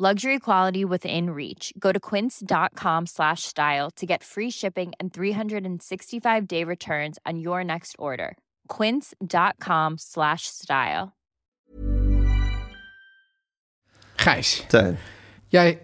Luxury quality within reach. Go to quince.com slash style to get free shipping and 365 day returns on your next order. Quince.com slash style. Gijs, Teun. jij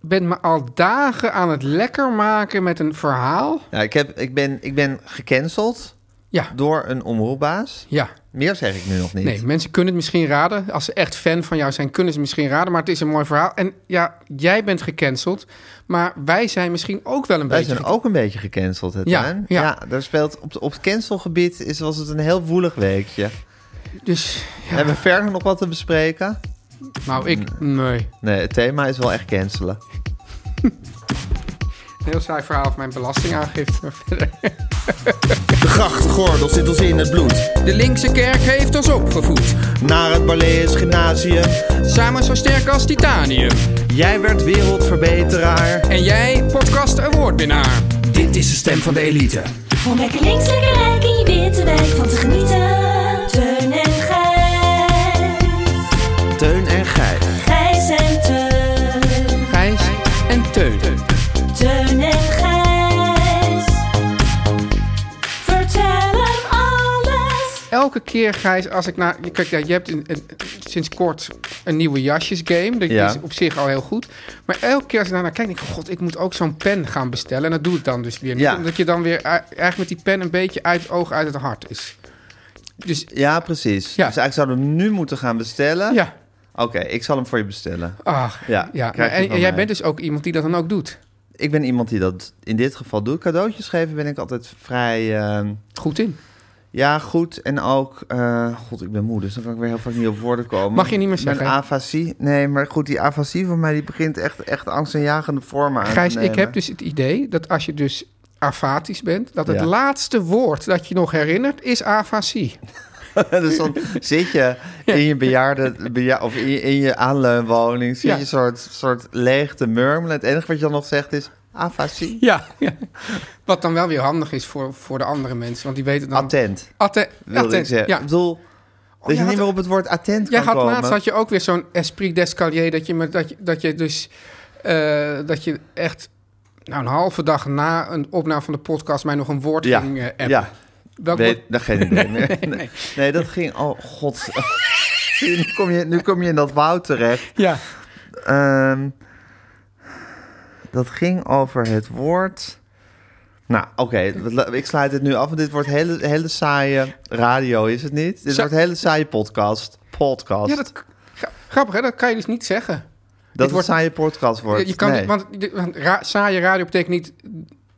bent me al dagen aan het lekker maken met een verhaal. Nou, ik, heb, ik, ben, ik ben gecanceld Ja, door een omroepbaas. ja. Meer zeg ik nu nog niet. Nee, mensen kunnen het misschien raden. Als ze echt fan van jou zijn, kunnen ze het misschien raden. Maar het is een mooi verhaal. En ja, jij bent gecanceld. Maar wij zijn misschien ook wel een Wij beetje... zijn ook een beetje gecanceld, hè, Ja, Tuin? ja. daar speelt op, op het cancelgebied is, was het een heel woelig weekje. gek- Dus, We Hebben we verder nog wat te bespreken? nou, ik... Nee. Nee, het thema is wel echt cancelen. Een heel saai verhaal van mijn belastingaangifte. maar verder. De grachtgordel zit ons in het bloed. De linkse kerk heeft ons opgevoed, Naar het Barlees Gymnasium. samen zo sterk als titanium. Jij werd wereldverbeteraar. En jij, podcast awardwinnaar. Dit is de stem van de elite. Om lekker links, lekker rijk in je witte wijk van te genieten. Teun en Gijs. Teun en Gijs. Gijs en Teun. Gijs en Teun. Teun en Gijs. Vertel hem alles. Elke keer, Gijs, als ik naar... je- Kijk, ja, je hebt een, een- sinds kort een nieuwe jasjesgame. Dat Ja. is op zich al heel goed. Maar elke keer als ik daarnaar kijk, denk ik... "Oh, God, ik moet ook zo'n pen gaan bestellen. En dat doe ik dan dus weer niet. Ja. Omdat je dan weer eh, eigenlijk met die pen een beetje uit het oog, uit het hart is. Dus Ja, precies. Dus eigenlijk zouden we hem nu moeten gaan bestellen. ja... Oké, ik zal hem voor je bestellen. Ach, Ja, ja. krijg Maar je en, van en jij mij. bent dus ook iemand die dat dan ook doet. Ik ben iemand die dat in dit geval doet. Cadeautjes geven ben ik altijd vrij... eh, Goed in. Ja, goed. En ook, eh, god, ik ben moe, dus dan kan ik weer heel vaak niet op woorden komen. Mag je niet meer zeggen, Mijn hè? afasie. Nee, maar goed, die afasie van mij die begint echt, echt angstaanjagende vormen aan Gijs, te ik nemen. heb dus het idee dat als je dus afatisch bent, dat het Ja. laatste woord dat je nog herinnert is afasie. dus dan zit je in je bejaarde, beja- of in je, in je aanleunwoning, zit Ja. je soort, soort leeg te murmelen. Het enige wat je dan nog zegt is afasie. Ja. Wat dan wel weer handig is voor, voor de andere mensen, want die weten dan... Attent, Atte- wilde ik Nou. attent, zeggen. Ja. Oh, Ik bedoel, dat je had- niet meer op het woord attent Jij kan had komen. laatst had je ook weer zo'n esprit d'escalier dat je, met, dat je, dat je dus eh, dat je echt nou, een halve dag na een opname van de podcast mij nog een woord ja, ging eh, appen. ja. Welk Nee, woord- dat geen idee meer. Nee, Nee, dat ging... Oh, god. Zie je, nu, kom je, nu kom je in dat woud terecht. Ja. Ehm, dat ging over het woord... Nou, oké, la- ik sluit het nu af. Want dit wordt hele, hele saaie radio, is het niet? Dit Zo- wordt hele saaie podcast. Podcast. Ja, dat dat, gra- grappig hè, dat kan je dus niet zeggen. het wordt- een saaie podcast wordt. Je- Je kan, Nee. niet- Want, de- want ra- saaie radio betekent niet...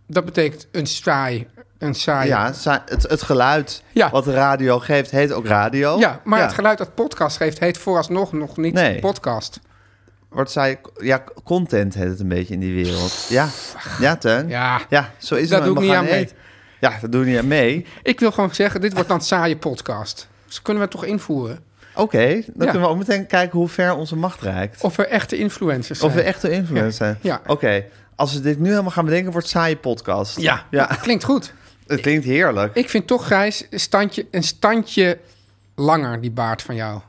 Dat betekent een saai. Een saai. Ja, sa- het, het geluid ah, Ja. wat de radio geeft, heet ook radio. Ja, maar het geluid dat podcast geeft... heet vooralsnog nog niet Oh, Nee. podcast. Wordt saai... Ja, content heet het een beetje in die wereld. Ja, ja Teun. Ja. Ja, zo is Daar het. doe ik We niet gaan aan mee. eten. Ja, dat doe je niet aan mee. Ik wil gewoon zeggen, dit wordt dan saaie podcast. Dus kunnen we het toch invoeren? Oké, dan Ja. kunnen we ook meteen kijken hoe ver onze macht reikt. Of we echte influencers zijn. Of we echt de influence zijn. Ja. Oké, als we dit nu helemaal gaan bedenken, wordt het een saaie podcast. Ja, ja. klinkt goed. Het klinkt heerlijk. Ik vind toch, Gijs, een standje, een standje langer, die baard van jou.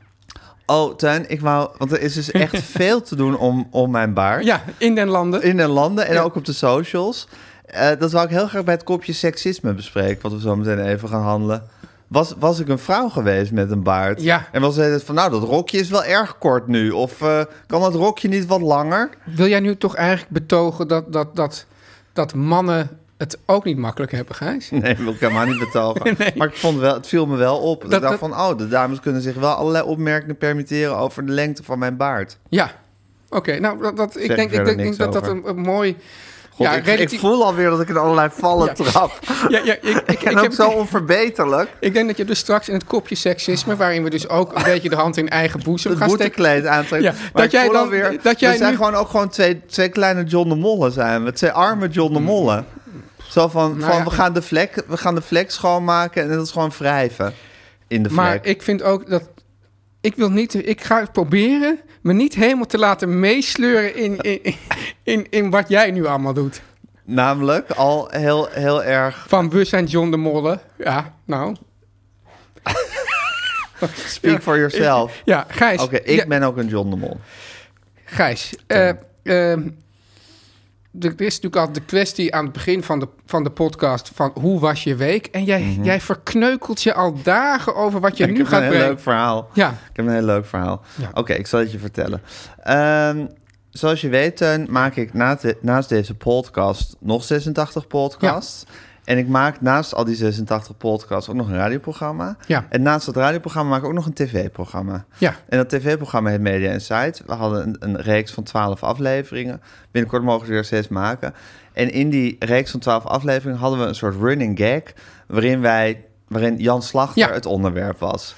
Oh, Tuin, ik wou... Want er is dus echt veel te doen om, om mijn baard. Ja, in den landen. In de landen en ook op de socials. Eh, dat wou ik heel graag bij het kopje seksisme bespreken... wat we zo meteen even gaan handelen. Was, was ik een vrouw geweest met een baard? Ja. En was het van, nou, dat rokje is wel erg kort nu. Of eh, kan dat rokje niet wat langer? Wil jij nu toch eigenlijk betogen dat, dat, dat, dat mannen het ook niet makkelijk hebben, Gijs? Nee, wil ik helemaal niet betogen. Maar ik vond wel, het viel me wel op. Dat, Dat- ik dacht dat- van, oh, de dames kunnen zich wel allerlei opmerkingen permitteren... over de lengte van mijn baard. Ja. Oké, nou, dat, dat, ik Zeg denk, ik verder denk, niks dat dat over. een, een mooi... God, ja, ik, relatief- ik voel alweer dat ik in allerlei vallen Ja. trap. Ja, ja, ik, ik, ik en ook heb, zo onverbeterlijk. ik denk dat je dus straks in het kopje seksisme... waarin we dus ook een beetje de hand in eigen boezem Het gaan steken... boetekleed Ja, aantrekken. Maar dat ik jij voel dan- alweer- dat jij we zijn nu- gewoon ook gewoon twee, twee kleine John de Molle zijn. we. Twee arme John de Molle. Zo van, Mm. Nou van ja. we, gaan de vlek, we gaan de vlek schoonmaken en dat is gewoon wrijven in de vlek. Maar ik vind ook dat... Ik wil niet... Ik ga het proberen me niet helemaal te laten meesleuren in, in, in, in wat jij nu allemaal doet. Namelijk al heel, heel erg Van we zijn John de Molle. Ja, nou. speak for yourself. Ja, Gijs. Oké, ik ja, ben ook een John de Mol. Gijs, eh, ehm, er is natuurlijk altijd de kwestie aan het begin van de, van de podcast van hoe was je week? En jij, jij verkneukelt je al dagen over wat je Mhm. ik nu heb een gaat heel brengen. leuk verhaal. Ja, Ik heb een heel leuk verhaal. Ja. Oké, ik zal het je vertellen. Ehm, zoals je weet, Teun, maak ik na de- naast deze podcast nog 86 podcasts. En ik maak naast al die 86 podcasts ook nog een radioprogramma. Ja. En naast dat radioprogramma maak ik ook nog een tv-programma. ja. En dat tv-programma heet Media Insight. We hadden een, een reeks van 12 afleveringen. Binnenkort mogen we er zes maken. En in die reeks van 12 afleveringen hadden we een soort running gag... waarin, wij, waarin Jan Slachter Ja. het onderwerp was.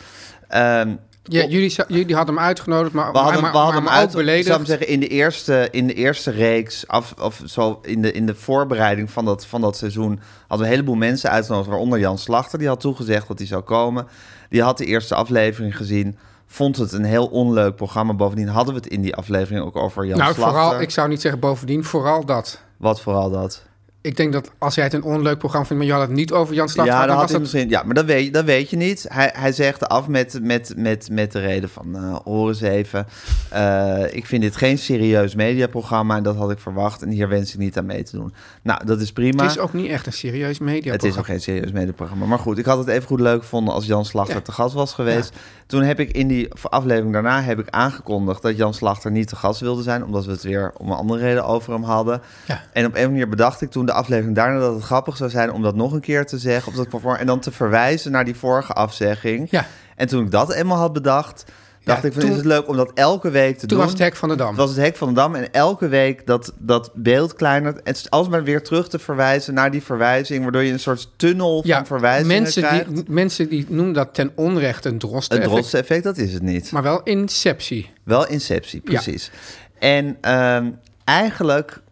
Ehm, Ja, jullie, za- jullie hadden hem uitgenodigd, maar we hadden, maar, we hadden maar hem ook uit, ik zou hem beledigd. zeggen, in de eerste, in de eerste reeks, af, of zo in de, in de voorbereiding van dat, van dat seizoen, hadden we een heleboel mensen uitgenodigd, waaronder Jan Slachter, die had toegezegd dat hij zou komen. Die had de eerste aflevering gezien, vond het een heel onleuk programma. Bovendien hadden we het in die aflevering ook over Jan Nou, Slachter. vooral, ik zou niet zeggen bovendien, vooral dat. Wat vooral dat? Ik denk dat als jij het een onleuk programma vindt, maar je had het niet over Jan Slachter, ja, dan dat had was hij dat... misschien, ja, maar dat weet, dat weet je niet. Hij, hij zegt af met, met, met, met de reden van eh horen eens even. eh, ik vind dit geen serieus mediaprogramma en dat had ik verwacht. En hier wens ik niet aan mee te doen. Nou, dat is prima. Het is ook niet echt een serieus media. Het is ook geen serieus mediaprogramma. Maar goed, ik had het even goed leuk gevonden als Jan Slachter Ja. te gast was geweest. Toen heb ik in die aflevering daarna heb ik aangekondigd dat Jan Slachter niet te gast wilde zijn. Omdat we het weer om een andere reden over hem hadden. Ja. En op een manier bedacht ik toen de aflevering daarna dat het grappig zou zijn om dat nog een keer te zeggen. Op dat platform, en dan te verwijzen naar die vorige afzegging. Ja. En toen ik dat eenmaal had bedacht, dacht Ja, ik van toen- is het leuk om dat elke week te Toen doen. was het hek van de dam. Het was het hek van de dam en elke week dat, dat beeld kleiner. En als maar weer terug te verwijzen naar die verwijzing, waardoor je een soort tunnel van verwijzingen mensen krijgt. Die, mensen die noemen dat ten onrechte een drosten het drotseffect, dat is het niet. Maar wel inceptie. Wel inceptie, precies. En ehm, eigenlijk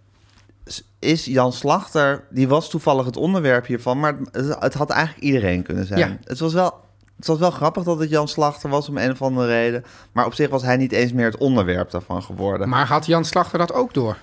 is Jan Slachter, die was toevallig het onderwerp hiervan, maar het, het had eigenlijk iedereen kunnen zijn. Ja. Het was wel. Het was wel grappig dat het Jan Slachter was om een of andere reden. Maar op zich was hij niet eens meer het onderwerp daarvan geworden. Maar had Jan Slachter dat ook door?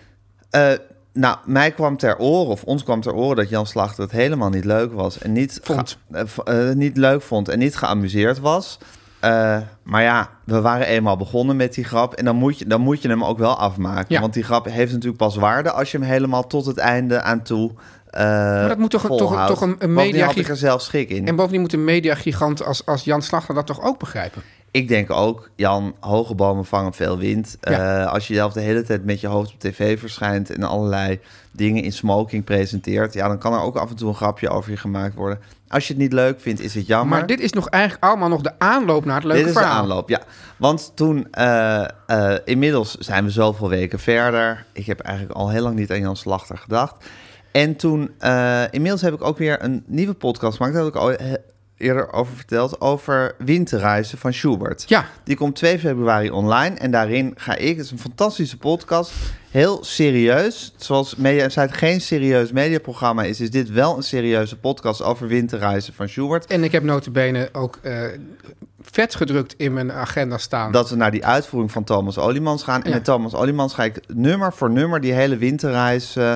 Eh, nou, mij kwam ter oren, of ons kwam ter oren, dat Jan Slachter het helemaal niet leuk was. En niet, Vond. ge- eh, v- eh, niet leuk vond en niet geamuseerd was. Eh, maar ja, we waren eenmaal begonnen met die grap. En dan moet je, dan moet je hem ook wel afmaken. Ja. Want die grap heeft natuurlijk pas waarde als je hem helemaal tot het einde aan toe. eh dat moet toch- toch- volhoudt. toch een- een Bovendien media- had ik er zelf schik in. En bovendien moet een mediagigant als, als Jan Slachter dat toch ook begrijpen? Ik denk ook, Jan, hoge bomen vangen veel wind. Ja. Eh, als je zelf de hele tijd met je hoofd op tv verschijnt en allerlei dingen in smoking presenteert, ja, dan kan er ook af en toe een grapje over je gemaakt worden. Als je het niet leuk vindt, is het jammer. Maar dit is nog eigenlijk allemaal nog de aanloop naar het leuke Dit is verhaal. de aanloop, ja. Want toen, eh, eh, inmiddels zijn we zoveel weken verder. Ik heb eigenlijk al heel lang niet aan Jan Slachter gedacht. En toen, eh, inmiddels heb ik ook weer een nieuwe podcast gemaakt. Daar heb ik al eh, eerder over verteld. Over winterreizen van Schubert. Ja. Die komt 2 februari online. En daarin ga ik, het is een fantastische podcast. Heel serieus. Zoals Media Insight geen serieus mediaprogramma is, is dit wel een serieuze podcast over winterreizen van Schubert. En ik heb notabene ook eh, vet gedrukt in mijn agenda staan. dat we naar die uitvoering van Thomas Olimans gaan. En Ja. met Thomas Olimans ga ik nummer voor nummer die hele winterreis, eh,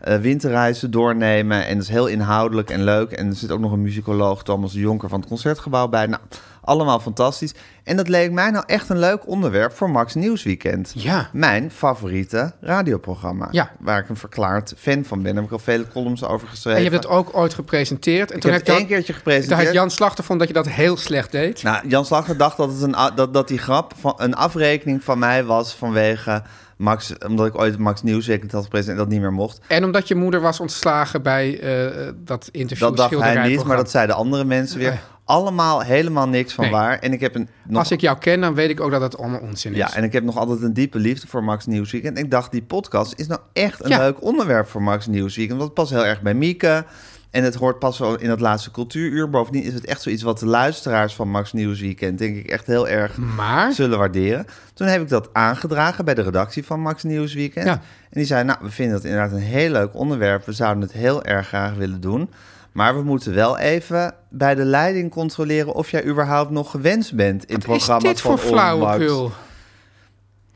eh, winterreizen doornemen. En dat is heel inhoudelijk en leuk. En er zit ook nog een muzikoloog, Thomas de Jonker, van het Concertgebouw bij. Nou, Allemaal fantastisch. En dat leek mij nou echt een leuk onderwerp voor Max Nieuwsweekend. Ja. Mijn favoriete radioprogramma. Ja. Waar ik een verklaard fan van ben. Daar heb ik al vele columns over geschreven. En je hebt het ook ooit gepresenteerd. En Ik toen heb heb het één keertje gepresenteerd. Toen had Jan Slachter vond dat je dat heel slecht deed. Nou, Jan Slachter dacht dat, het een, a- dat, dat die grap van, een afrekening van mij was vanwege Max, omdat ik ooit Max Nieuwsweekend had gepresenteerd en dat niet meer mocht. En omdat je moeder was ontslagen bij eh, dat interview. Dat dacht hij niet, maar schilderijprogramma. dat zeiden andere mensen weer. Nee. Allemaal helemaal niks van Nee. waar. En ik heb een. Nog, Als ik jou ken, dan weet ik ook dat het allemaal onzin is. Ja, en ik heb nog altijd een diepe liefde voor Max Nieuwsweekend. Ik dacht, die podcast is nou echt een Ja. leuk onderwerp voor Max Nieuwsweekend. Want het past heel erg bij Mieke. En het hoort pas wel in dat laatste cultuuruur. Bovendien is het echt zoiets wat de luisteraars van Max Nieuwsweekend... denk ik echt heel erg Maar zullen waarderen. Toen heb ik dat aangedragen bij de redactie van Max Nieuwsweekend. Ja. En die zei, nou, we vinden dat inderdaad een heel leuk onderwerp. We zouden het heel erg graag willen doen. Maar we moeten wel even bij de leiding controleren... of jij überhaupt nog gewenst bent in wat is programma's dit van voor Omroep Max. flauwekul?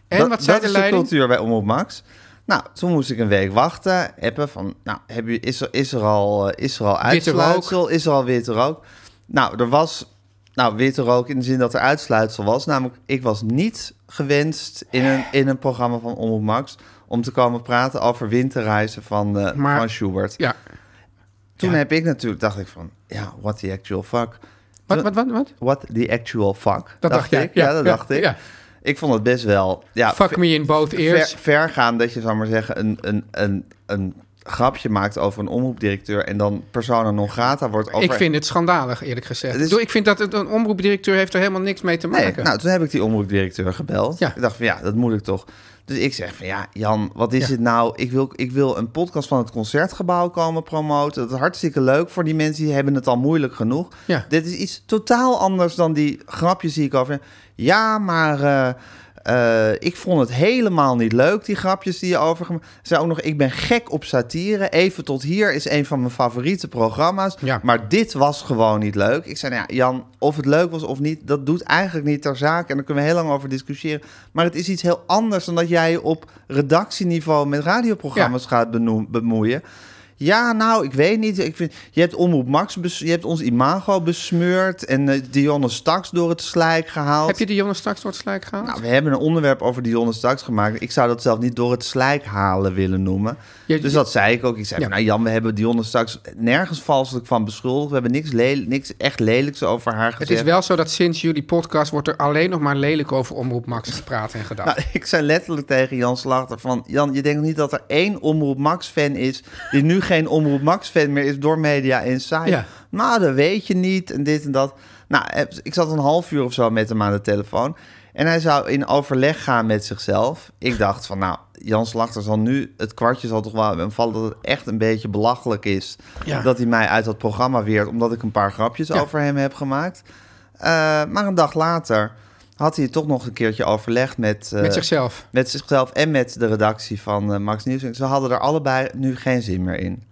En dat, wat zei dat de is leiding? de cultuur bij Omroep Max. Nou, toen moest ik een week wachten. Appen van, nou, heb je, is, er, is er al, eh, is er al Witte rook. uitsluitsel? Is er al witte rook? Nou, er was nou, witte rook in de zin dat er uitsluitsel was. Namelijk, ik was niet gewenst in een, in een programma van Omroep Max... om te komen praten over winterreizen van, eh, Maar- van Schubert. Ja. Toen ja. heb ik natuurlijk, dacht ik van, ja, what the actual fuck. Wat, wat, wat, wat? What the actual fuck, Dat dacht jij. ik. Ja, dat dacht ik. ja. Ik vond het best wel... Ja, Fuck me in both ears. ver, ver gaan dat je, zou maar zeggen, een, een, een, een grapje maakt over een omroepdirecteur en dan persona non grata wordt over. Ik vind het schandalig, eerlijk gezegd. Het is- Ik bedoel, Ik vind dat het- een omroepdirecteur heeft er helemaal niks mee te Nee, maken. nou, toen heb ik die omroepdirecteur gebeld. Ja. Ik dacht van ja, dat moet ik toch. Dus ik zeg van ja, Jan, wat is Ja. het nou? Ik wil, ik wil een podcast van het concertgebouw komen promoten. Dat is hartstikke leuk voor die mensen. Die hebben het al moeilijk genoeg. Ja. Dit is iets totaal anders dan die grapjes die ik over. Ja, maar eh, eh, ik vond het helemaal niet leuk, die grapjes die je over. Zei ook nog, ik ben gek op satire. Even tot hier is een van mijn favoriete programma's. Ja. Maar dit was gewoon niet leuk. Ik zei, nou ja, Jan, of het leuk was of niet, dat doet eigenlijk niet ter zake. En daar kunnen we heel lang over discussiëren. Maar het is iets heel anders dan dat jij je op redactieniveau met radioprogramma's gaat benoem- bemoeien. Ja, nou, ik weet niet. Ik vind, je hebt Omroep Max, bes- je hebt ons imago besmeurd en eh, Dionne Staks door het slijk gehaald. Heb je die jongen straks door het slijk gehaald? Nou, we hebben een onderwerp over Dionne Staks gemaakt. Ik zou dat zelf niet door het slijk halen willen noemen. Je- dus dat zei ik ook. Ik zei, Ja. van, nou Jan, we hebben Dionne Staks nergens valselijk van beschuldigd. We hebben niks, lel- niks echt lelijks over haar gezegd. het is wel zo dat sinds jullie podcast wordt er alleen nog maar lelijk over Omroep Max gepraat en gedacht. Nou, ik zei letterlijk tegen Jan Slachter van... Jan, je denkt niet dat er één Omroep Max-fan is... die nu geen Omroep Max-fan meer is door Media Insight? Ja. Nou, dat weet je niet en dit en dat. Nou, eh, ik zat een half uur of zo met hem aan de telefoon... en hij zou in overleg gaan met zichzelf. Ik dacht van, nou, Jan Slachter zal nu... het kwartje zal toch wel hebben en vallen dat het echt een beetje belachelijk is... Ja. dat hij mij uit dat programma weert... omdat ik een paar grapjes over hem heb gemaakt... Eh, maar een dag later had hij het toch nog een keertje overlegd met, eh, met zichzelf. met zichzelf en met de redactie van eh, Max Nieuws. Ze hadden er allebei nu geen zin meer in.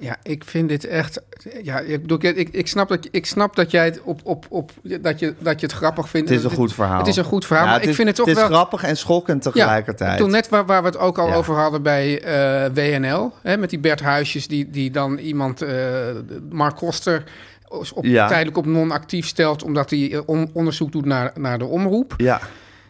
Ja, ik vind dit echt. Ja, ik, bedoel, ik, ik, ik snap, dat, ik snap dat jij het op, op, op dat, je, dat je het grappig vindt. Het is een Dit- goed verhaal. Eh, Het is een goed verhaal. Ja, maar ik is- vind het toch Het is wel. grappig en schokkend Ja, tegelijkertijd. Toen net waar, waar we het ook al Ja. over hadden bij eh, WNL. Hè, met die Bert Huisjes, die, die dan iemand, eh, Mark Koster, op, Ja. tijdelijk op non-actief stelt. omdat hij eh, on- onderzoek doet naar, naar de omroep. Ja,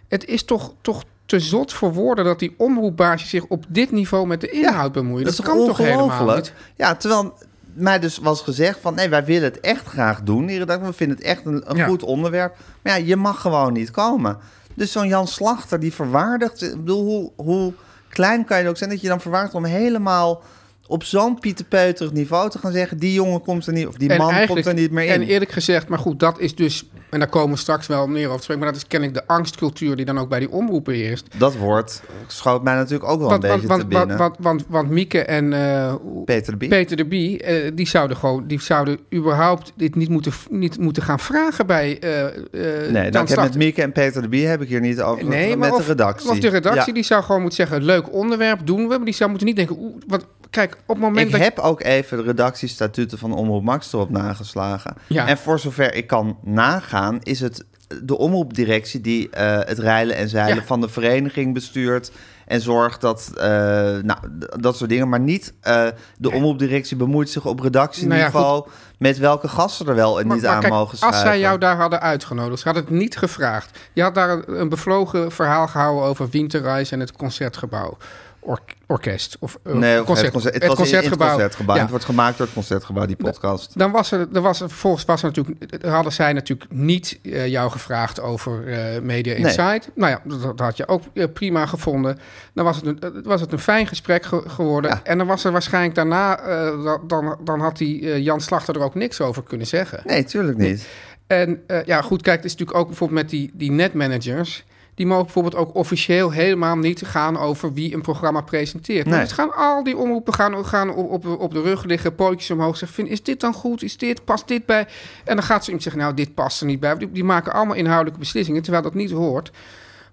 Het is toch, toch te zot voor woorden dat die omroepbaasjes zich op dit niveau met de inhoud bemoeien. Dat, is kan toch helemaal ongelooflijk? niet? Ja, terwijl mij dus was gezegd van... nee, wij willen het echt graag doen. Die redactie, we vinden het echt een, een Ja. goed onderwerp. Maar ja, je mag gewoon niet komen. Dus zo'n Jan Slachter die verwaardigt... Ik bedoel, hoe, hoe klein kan je ook zijn dat je dan verwaardigt... om helemaal op zo'n pieterpeuterig niveau te gaan zeggen... die jongen komt er niet... of die man komt er niet meer in. En eerlijk gezegd, maar goed, dat is dus... En daar komen we straks wel meer over te spreken... maar dat is kennelijk de angstcultuur die dan ook bij die omroepen heerst. Dat woord schoot mij natuurlijk ook wel Want, een want, beetje want, te want, binnen. want, want, want Mieke en eh, hoe- Peter de Bie. Peter de Bie... eh, die, zouden gewoon, die zouden überhaupt dit niet moeten, niet moeten gaan vragen bij... eh, eh, nee, Jan nou, ik heb met Slachter. Mieke en Peter de Bie heb ik hier niet over. Nee, met maar de redactie. Of de redactie, Ja. die zou gewoon moeten zeggen... leuk onderwerp, doen we. Maar die zou moeten niet denken... Oeh, wat, kijk, op het moment Ik dat... heb ook even de redactiestatuten van Omroep Max erop nageslagen. Ja. En voor zover ik kan nagaan, is het de omroepdirectie die eh, het rijlen en zeilen Ja. van de vereniging bestuurt. En zorg dat, eh, nou, d- dat soort dingen. Maar niet eh, de omroepdirectie bemoeit zich op redactieniveau Nou met welke gasten er wel en Maar- niet maar aan kijk, mogen Als schrijven. zij jou daar hadden uitgenodigd, ze hadden het niet gevraagd. Je had daar een, een bevlogen verhaal gehouden over Winterreis en het concertgebouw. Ork- orkest. Of, eh, Nee, of het, concert, het, was in- in het concertgebouw. Ja. Het wordt gemaakt door het concertgebouw, die podcast. Dan was er, dan was er vervolgens was er natuurlijk, hadden zij natuurlijk niet eh, jou gevraagd over eh, Media Nee. Insight. Nou ja, dat, dat had je ook eh, prima gevonden. Dan was het een, eh, was het een fijn gesprek ge- geworden. Ja. En dan was er waarschijnlijk daarna, eh, da- dan, dan had die eh, Jan Slachter er ook niks over kunnen zeggen. Nee, tuurlijk niet. En eh, ja, goed, kijk, het is natuurlijk ook bijvoorbeeld met die, die netmanagers. Die mogen bijvoorbeeld ook officieel helemaal niet gaan over wie een programma presenteert. Nee. Nee. Het gaan al die omroepen gaan, gaan op, op, op de rug liggen, pootjes omhoog. Zeggen, vind, is dit dan goed? Is dit? Past dit bij? En dan gaat ze iemand zeggen, nou, dit past er niet bij. Die, die maken allemaal inhoudelijke beslissingen, terwijl dat niet hoort.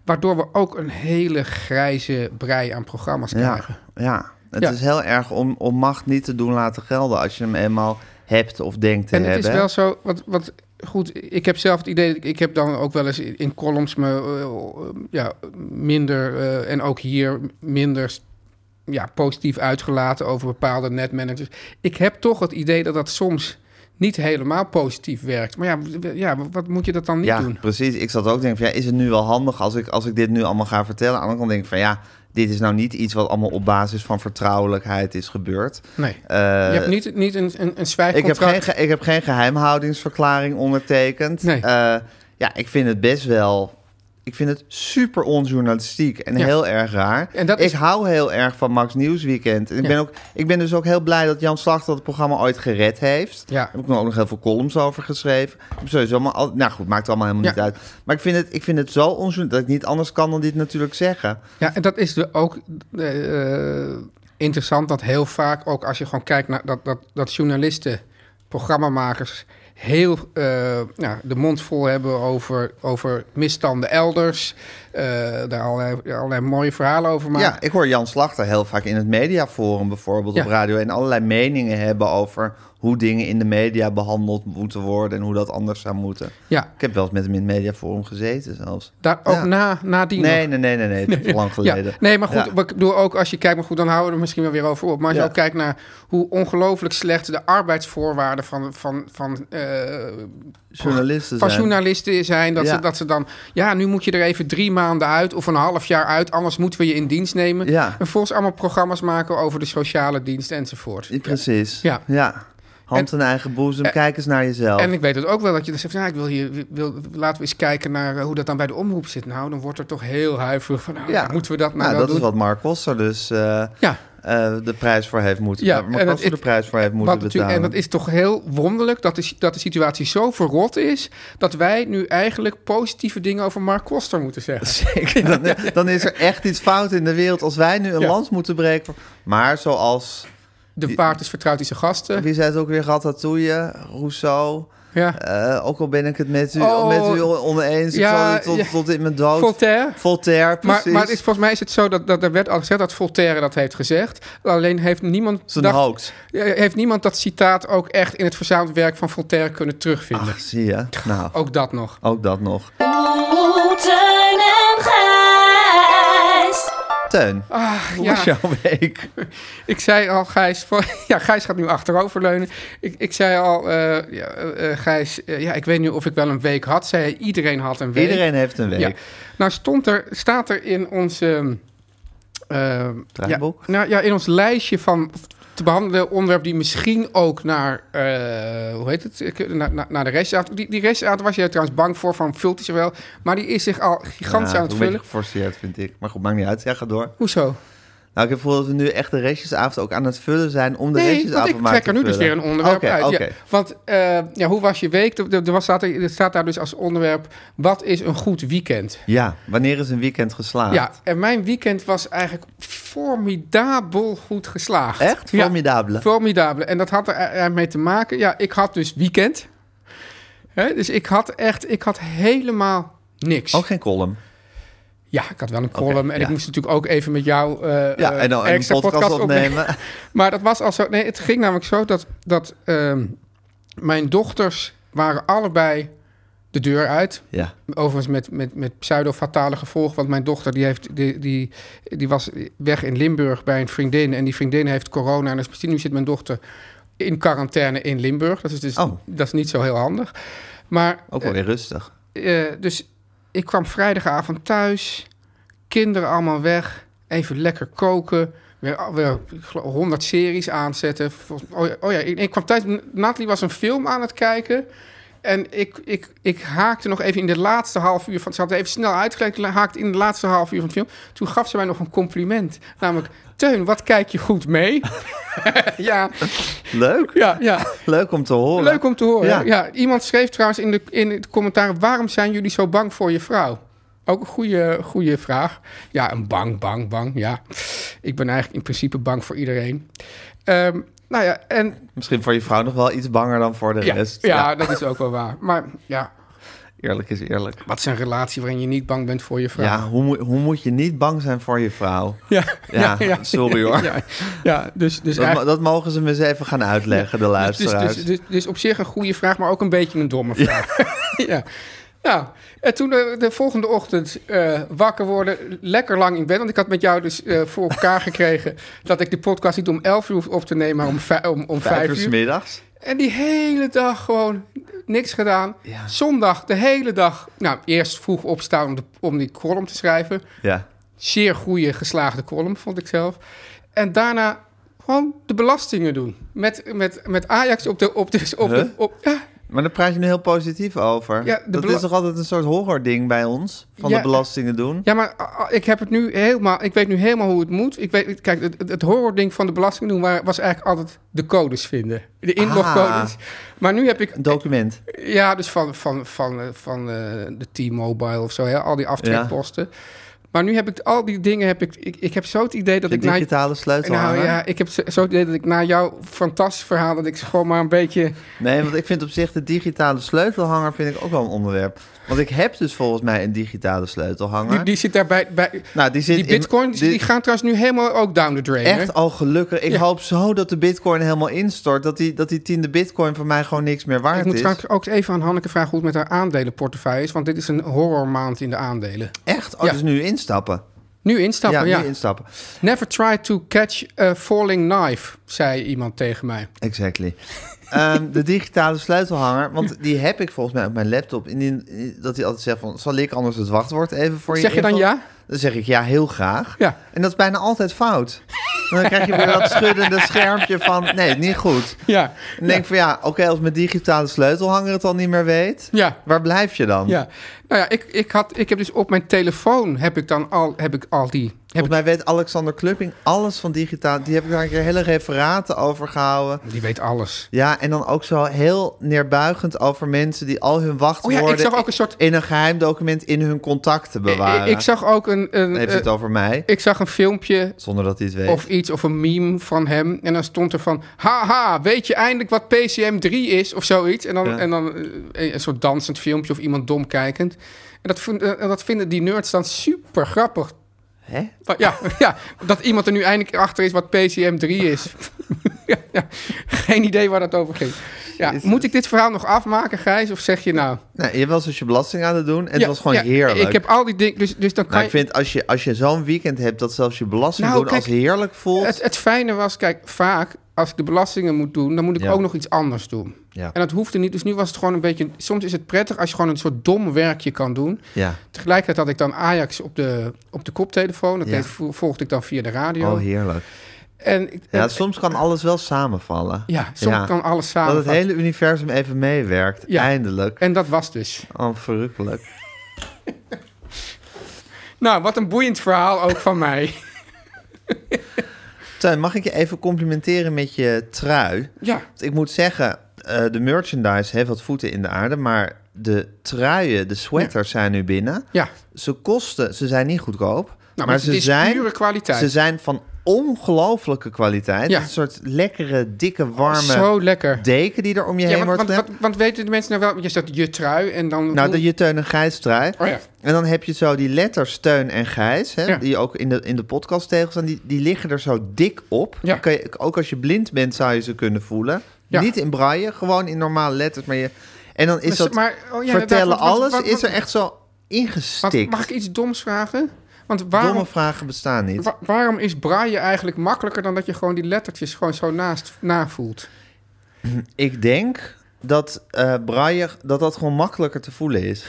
Waardoor we ook een hele grijze brei aan programma's Ja, krijgen. ja. het Ja. is heel erg om, om macht niet te doen laten gelden als je hem eenmaal hebt of denkt te en hebben. het is wel zo, wat, wat goed, ik heb zelf het idee, dat ik- ik heb dan ook wel eens in, in columns me eh, ja, minder eh, en ook hier minder ja, positief uitgelaten over bepaalde netmanagers. Ik heb toch het idee dat dat soms niet helemaal positief werkt. Maar ja, w- ja wat moet je dat dan niet ja, doen? precies. Ik zat ook denken van ja, is het nu wel handig als ik, als ik dit nu allemaal ga vertellen? Aan de andere kant denk ik van ja, dit is nou niet iets wat allemaal op basis van vertrouwelijkheid is gebeurd. Nee. Eh, je hebt niet, niet een, een, een ik, heb zwijgcontract. geen, ge- ik heb geen geheimhoudingsverklaring ondertekend. Nee. Eh, ja, ik vind het best wel. Ik vind het super onjournalistiek en Ja. heel erg raar. En dat ik is- hou heel erg van Max Nieuwsweekend. En ik, Ja. ben ook, ik ben dus ook heel blij dat Jan Slachter het programma ooit gered heeft. Ja. Daar heb ik nog ook nog heel veel columns over geschreven. Ik heb sowieso allemaal, al- nou goed, maakt allemaal helemaal Ja. niet uit. Maar ik vind het, ik vind het zo onjournalistiek dat ik niet anders kan dan dit natuurlijk zeggen. Ja, en dat is de, ook eh, eh, interessant dat heel vaak ook als je gewoon kijkt naar dat, dat, dat journalisten, programmamakers heel eh, ja, de mond vol hebben over, over misstanden elders, eh, daar allerlei, allerlei mooie verhalen over maken. Ja, ik hoor Jan Slachter heel vaak in het mediaforum bijvoorbeeld Ja. op radio... en allerlei meningen hebben over hoe dingen in de media behandeld moeten worden... en hoe dat anders zou moeten. Ja, Ik heb wel eens met hem in het mediaforum gezeten zelfs. daar ook Ja. na, na die Nee, nee, nee, nee, nee, dat is lang Ja, Nou, geleden. nee, maar goed, Ja. wat ik bedoel ook als je kijkt, maar goed, dan houden we er misschien wel weer over op. Maar als Ja. je ook kijkt naar hoe ongelooflijk slecht de arbeidsvoorwaarden van, van, van eh, journalisten van zijn. journalisten zijn. Dat, Ja. ze, dat ze dan, ja, nu moet je er even drie maanden uit of een half jaar uit, anders moeten we je in dienst nemen. Ja. En volgens allemaal programma's maken over de sociale dienst enzovoort. Ja, Precies, ja. Ja. Hand in eigen boezem, kijk eens naar jezelf. En ik weet het ook wel dat je dan zegt, ja, ik wil hier, wil, laten we eens kijken naar eh, hoe dat dan bij de omroep zit. Nou, dan wordt er toch heel huiverig van, nou, Ja. moeten we dat nou, Nou, wel dat doen? is wat Mark Koster dus eh, Ja. eh, de prijs voor heeft moeten... Ja, Ja, Mark en dat Koster de is- prijs voor heeft moeten Wat natuurlijk- betalen. en dat is toch heel wonderlijk dat de, dat de situatie zo verrot is... dat wij nu eigenlijk positieve dingen over Mark Koster moeten zeggen. Zeker. Dan, dan is er echt iets fout in de wereld als wij nu een Ja. lans moeten breken. Maar zoals, De paard is vertrouwd in zijn gasten. wie zei het ook weer, Ratatouille, Rousseau. Ja. eh, ook al ben ik het met u, Oh. met u oneens, ik Ja, zal u tot, ja. tot in mijn dood. Voltaire. Voltaire, Maar, precies. maar het is, volgens mij is het zo dat, dat er werd al gezegd dat Voltaire dat heeft gezegd. Alleen heeft niemand, Zijn dacht- hoax. Ja, heeft niemand dat citaat ook echt in het verzameld werk van Voltaire kunnen terugvinden. Ach, zie je. Nou, Ook dat nog. ook dat nog. Oeh, Oh, Teun en Gijs. Teun, Ah, hoe was ja, jouw week? ik zei al, Gijs... Voor, ja, Gijs gaat nu achteroverleunen. Ik, ik zei al, eh, ja, eh, eh, Gijs... eh, ja, ik weet niet of ik wel een week had. Zei hij, iedereen had een week. Iedereen heeft een Ja. week. Nou stond er, staat er in ons... ehm, ehm, Draaiboek? Ja, nou, ja, in ons lijstje van te behandelen onderwerpen die misschien ook naar, eh, hoe heet het, Ik- naar, naar, naar de restzaad. Die, die restzaad was je trouwens bang voor, van vult hij zich wel. Maar die is zich al gigantisch Ja, aan het Een beetje vullen. geforceerd, vind ik. Maar goed, maakt niet uit. Ja, ga door. Hoezo? Nou, ik heb gevoel dat we nu echt de restjesavond ook aan het vullen zijn... om de Nee, want restjesavond ik maar trek te er nu dus weer vullen. een onderwerp Oké, uit. Oké, Ja, want eh, ja, hoe was je week? Er, er, was, staat er, er staat daar dus als onderwerp, wat is een goed weekend? Ja, wanneer is een weekend geslaagd? Ja, en mijn weekend was eigenlijk formidabel goed geslaagd. Echt? Ja, Formidabele. Formidabele. En dat had er eh, mee te maken. Ja, ik had dus weekend. Hè, dus ik had echt, ik had helemaal niks. Ook Oh, geen column. Ja, ik had wel een column. en ja. ik moest natuurlijk ook even met jou eh, Ja, eh, en dan en een extra podcast, opnemen. Maar dat was al zo. Nee, het ging namelijk zo dat, dat ehm, mijn dochters waren allebei. de deur uit. Ja. Overigens met, met, met pseudo-fatale gevolgen. Want mijn dochter die heeft, die, die, die was weg in Limburg bij een vriendin. En die vriendin heeft corona. En dus misschien nu zit mijn dochter in quarantaine in Limburg. Dat is dus Oh. dat is niet zo heel handig. Maar Ook wel weer rustig. eh, dus ik kwam vrijdagavond thuis. Kinderen allemaal weg. Even lekker koken. Weer, weer 100 series aanzetten. Volgens- Oh ja, oh ja ik, ik kwam thuis. Natalie was een film aan het kijken. En ik, ik, ik haakte nog even in de laatste half uur van... Ze had even snel uitgelegd, haakte in de laatste half uur van de film. Toen gaf ze mij nog een compliment. Namelijk, Teun, wat kijk je goed mee? ja, Leuk. ja, ja. Leuk om te horen. Leuk om te horen. Ja. Ja. iemand schreef trouwens in de, in de commentaar... waarom zijn jullie zo bang voor je vrouw? Ook een goede, goede vraag. Ja, een bang, bang, bang, ja. Ik ben eigenlijk in principe bang voor iedereen. Ehm, nou ja, en Misschien voor je vrouw nog wel iets banger dan voor de ja, ja, rest. Ja. dat is ook wel waar. Maar ja, Eerlijk is eerlijk. wat is een relatie waarin je niet bang bent voor je vrouw? Ja, hoe, moet- hoe moet je niet bang zijn voor je vrouw? ja, Ja, sorry hoor. Ja, ja, dus, dus Dat, eigenlijk- mo- dat mogen ze me eens even gaan uitleggen, de Dus, dus, luisteraars. dus, dus, dus op zich een goede vraag, maar ook een beetje een domme vraag. Ja. ja. en toen de, de volgende ochtend eh, wakker worden, lekker lang in bed. Want ik had met jou dus eh, voor elkaar gekregen dat ik de podcast niet om 11 uur hoef op te nemen, maar om, vij- om, om Vijf 5 uur 's uur. middags. En die hele dag gewoon niks gedaan. Ja. Zondag de hele dag, nou eerst vroeg opstaan om, de, om die column te schrijven. Ja. Zeer goede geslaagde column, vond ik zelf. En daarna gewoon de belastingen doen. Met, met, met Ajax op de... Op de, op de Huh? op, ja, Maar daar praat je nu heel positief over. Ja, de dat bela- is toch altijd een soort horror-ding bij ons? Van Ja. de belastingen doen? ja, maar ah, ah, ik heb het nu helemaal... Ik weet nu helemaal hoe het moet. Ik weet, kijk, het, het- het horror-ding van de belasting doen... wa- was eigenlijk altijd de codes vinden. De inlogcodes. Maar nu heb ik... Een document. Ja, dus van, van, van, eh, van eh, de T-Mobile of zo. Hè, al die aftrekposten. Maar nu heb ik al die dingen... Heb ik, ik, ik heb zo het idee dat De ik... naar- digitale sleutel. Nou hangen. ja, ik heb zo zo het idee dat ik na jouw fantastisch verhaal... dat ik gewoon maar een beetje... Nee, want ik vind op zich de digitale sleutelhanger vind ik ook wel een onderwerp. Want ik heb dus volgens mij een digitale sleutelhanger. Die, die zit daar bij... bij nou, die zit die in- bitcoins die- die gaan trouwens nu helemaal ook down the drain. hè? Echt al gelukkig. Ik Ja. hoop zo dat de bitcoin helemaal instort. Dat die, dat die tiende bitcoin voor mij gewoon niks meer Ik waard moet is. straks ook even aan Hanneke vragen hoe het met haar aandelenportefeuille is. Want dit is een horrormaand in de aandelen. Echt? Oh, Ja. dus nu instappen. Nu instappen, ja. ja, nu instappen. Never try to catch a falling knife, zei iemand tegen mij. Exactly. Ehm, de digitale sleutelhanger, want die heb ik volgens mij op mijn laptop. En die- dat hij altijd zegt van, zal ik anders het wachtwoord even voor je Zeg je dan invullen? ja? Dan zeg ik ja, heel graag. Ja. En dat is bijna altijd fout. Dan krijg je weer dat schuddende schermpje van, nee, niet goed. Ja, En denk van, ja, oké, als mijn digitale sleutelhanger het al niet meer weet, ja. waar blijf je dan? Ja, nou ja, ik, ik, had, ik heb dus op mijn telefoon heb ik dan al, heb ik al die... Heb ik, Volgens mij weet Alexander Klupping alles van digitaal. Die heb ik daar een keer hele referaten over gehouden. die weet alles. Ja, en dan ook zo heel neerbuigend over mensen die al hun Oh ja, wachtwoorden... ik zag ook een soort... in een geheim document in hun contacten bewaren. Ik, ik zag ook een... een Dan heeft hij het eh, over mij, ik zag een filmpje zonder dat hij het weet. of iets, of een meme van hem. En dan stond er van, haha, weet je eindelijk wat PCM3 is? Of zoiets. En dan, Ja. en dan eh, een soort dansend filmpje of iemand dom kijkend. En dat, vind- eh, en dat vinden die nerds dan super grappig. Hè? Maar Ja, ja, dat iemand er nu eindelijk achter is wat PCM3 is. ja, ja. Geen idee waar dat over ging. Ja, Jezus. moet ik dit verhaal nog afmaken, Gijs? Of zeg je nou... Nou, je was dus je belasting aan het doen en het Ja, was gewoon ja, heerlijk. Ik heb al die dingen... Dus, dus dan kan maar je- ik vind, als je, als je zo'n weekend hebt dat zelfs je belasting Nou, doen kijk, als heerlijk voelt... Het, het fijne was, kijk, vaak als ik de belastingen moet doen, dan moet ik Ja. ook nog iets anders doen. Ja. En dat hoefde niet. Dus nu was het gewoon een beetje. Soms is het prettig als je gewoon een soort dom werkje kan doen. ja, oh, Tegelijkertijd had ik dan Ajax op de, op de koptelefoon. Dat Ja. deed- vo- volgde ik dan via de radio. oh heerlijk. En ik- Ja, en- soms kan alles wel samenvallen. ja, soms kan alles samen. Dat het hele universum even meewerkt, Ja. eindelijk. En dat was dus. Oh, verrukkelijk. Nou, wat een boeiend verhaal ook van mij. Tuin, mag ik je even complimenteren met je trui? Ja, Ik moet zeggen, eh, de merchandise heeft wat voeten in de aarde, maar de truien, de sweaters zijn nu binnen. ja. Ze kosten, ze zijn niet goedkoop, Nou, maar maar, het ze is zijn pure kwaliteit. Ze zijn van ongelooflijke kwaliteit. Ja. Oh, Een soort lekkere, dikke, warme Zo lekker. deken die er om Ja, je heen want, wordt want, gelegd. want, want weten de mensen nou wel, je zegt je trui en dan... Nou, dat je Teun en Gijs trui. Oh ja. En dan heb je zo die letters Teun en Gijs, hè, Ja. die ook in de, in de podcasttegels staan. Die, die liggen er zo dik op. Ja. Dan Kan je, ook als je blind bent, zou je ze kunnen voelen. Ja. Niet in braille, gewoon in normale letters. Maar je, En dan is Dus- dat maar- oh ja, inderdaad, vertellen want- want- alles wat- is er wat- echt zo Want ingestikt. mag ik iets doms vragen? Want waarom, Domme vragen bestaan niet. wa- waarom is braille eigenlijk makkelijker dan dat je gewoon die lettertjes gewoon zo naast navoelt? Ik denk dat eh braille, dat dat gewoon makkelijker te voelen is.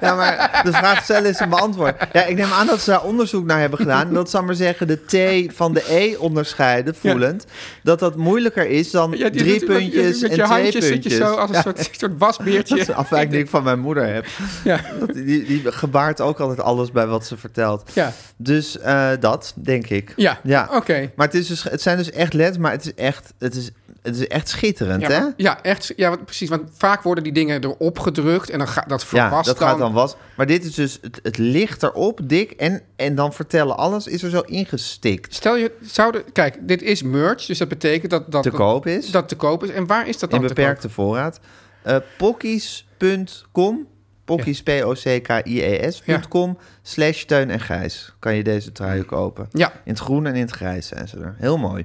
ja, maar de vraag stellen is een beantwoord. Ja, ik neem aan dat ze daar onderzoek naar hebben gedaan. En dat zou maar zeggen, de T van de E onderscheiden, voelend. Dat dat moeilijker is dan Ja, die drie doet- met- puntjes met, en je twee handjes zit je puntjes. zo als een soort, soort wasbeertje. Dat is een afwijking die ik van mijn moeder heb. Ja. Dat, die, die gebaart ook altijd alles bij wat ze vertelt. Ja. Dus eh, dat, denk ik. Ja, oké. Maar het, is dus, het zijn dus echt letters, maar het is echt, het is, het is echt schitterend, Ja, hè? maar- ja, echt, ja want, precies. Want vaak worden die dingen erop gedrukt en dan gaat dat Ja, verwast dat dan. gaat dan was. Maar dit is dus het, het licht erop, dik en, en dan vertellen alles is er zo ingestikt. Stel je, zouden, kijk, dit is merch, dus dat betekent dat dat Te koop is. Dat te koop is. En waar is dat In dan te koop? beperkte voorraad. Eh pokkies.com, pokkies, E P-O-C-K-I-E-S.com, slash Teun en Grijs. Kan je deze trui kopen. Ja. In het groen en in het grijs zijn ze er. Heel mooi.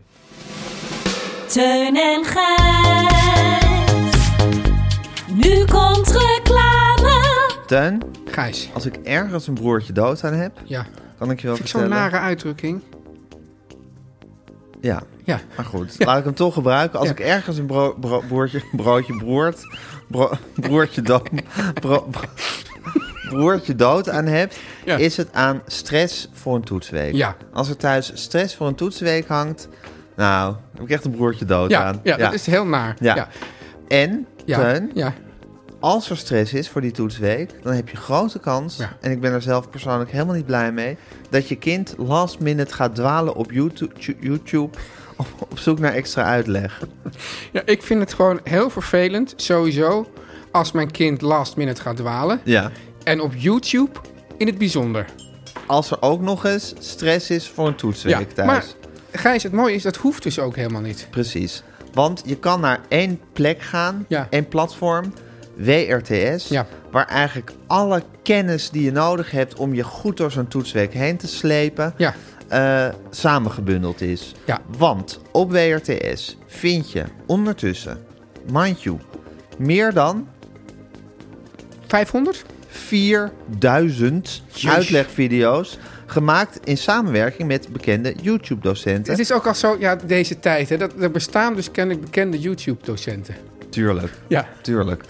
Teun en Gijs. Nu komt reclame. Teun, Gijs. als ik ergens een broertje dood aan heb, Ja. kan ik je wel Vind ik zo'n vertellen. nare uitdrukking. Ja, Ja. maar goed. Laat ik hem toch gebruiken. Als Ja. ik ergens een bro bro- broertje, broodje broert, bro- broertje dood, bro- bro- broertje dood aan heb, Ja. is het aan stress voor een toetsweek. Ja. Als er thuis stress voor een toetsweek hangt, nou, heb ik echt een broertje dood Ja, aan. ja, dat is heel naar. Ja. Ja. En, Ja. Teun, ja. als er stress is voor die toetsweek, dan heb je grote kans, Ja. en ik ben er zelf persoonlijk helemaal niet blij mee, dat je kind last minute gaat dwalen op YouTube, YouTube op, op zoek naar extra uitleg. Ja, ik vind het gewoon heel vervelend, sowieso, als mijn kind last minute gaat dwalen. Ja. En op YouTube in het bijzonder. Als er ook nog eens stress is voor een Ja, toetsweek thuis. maar Gijs, het mooie is, dat hoeft dus ook helemaal niet. Precies. Want je kan naar één plek gaan, Ja. één platform, WRTS, Ja. waar eigenlijk alle kennis die je nodig hebt om je goed door zo'n toetsweek heen te slepen, Ja. eh, samengebundeld is. Ja. Want op WRTS vind je ondertussen, mind you, meer dan 500? 4000 Jeez. uitlegvideo's gemaakt in samenwerking met bekende YouTube-docenten. Het is ook al zo, ja, deze tijd, hè, dat, er bestaan dus kennelijk bekende YouTube-docenten. Tuurlijk. Ja. Tuurlijk.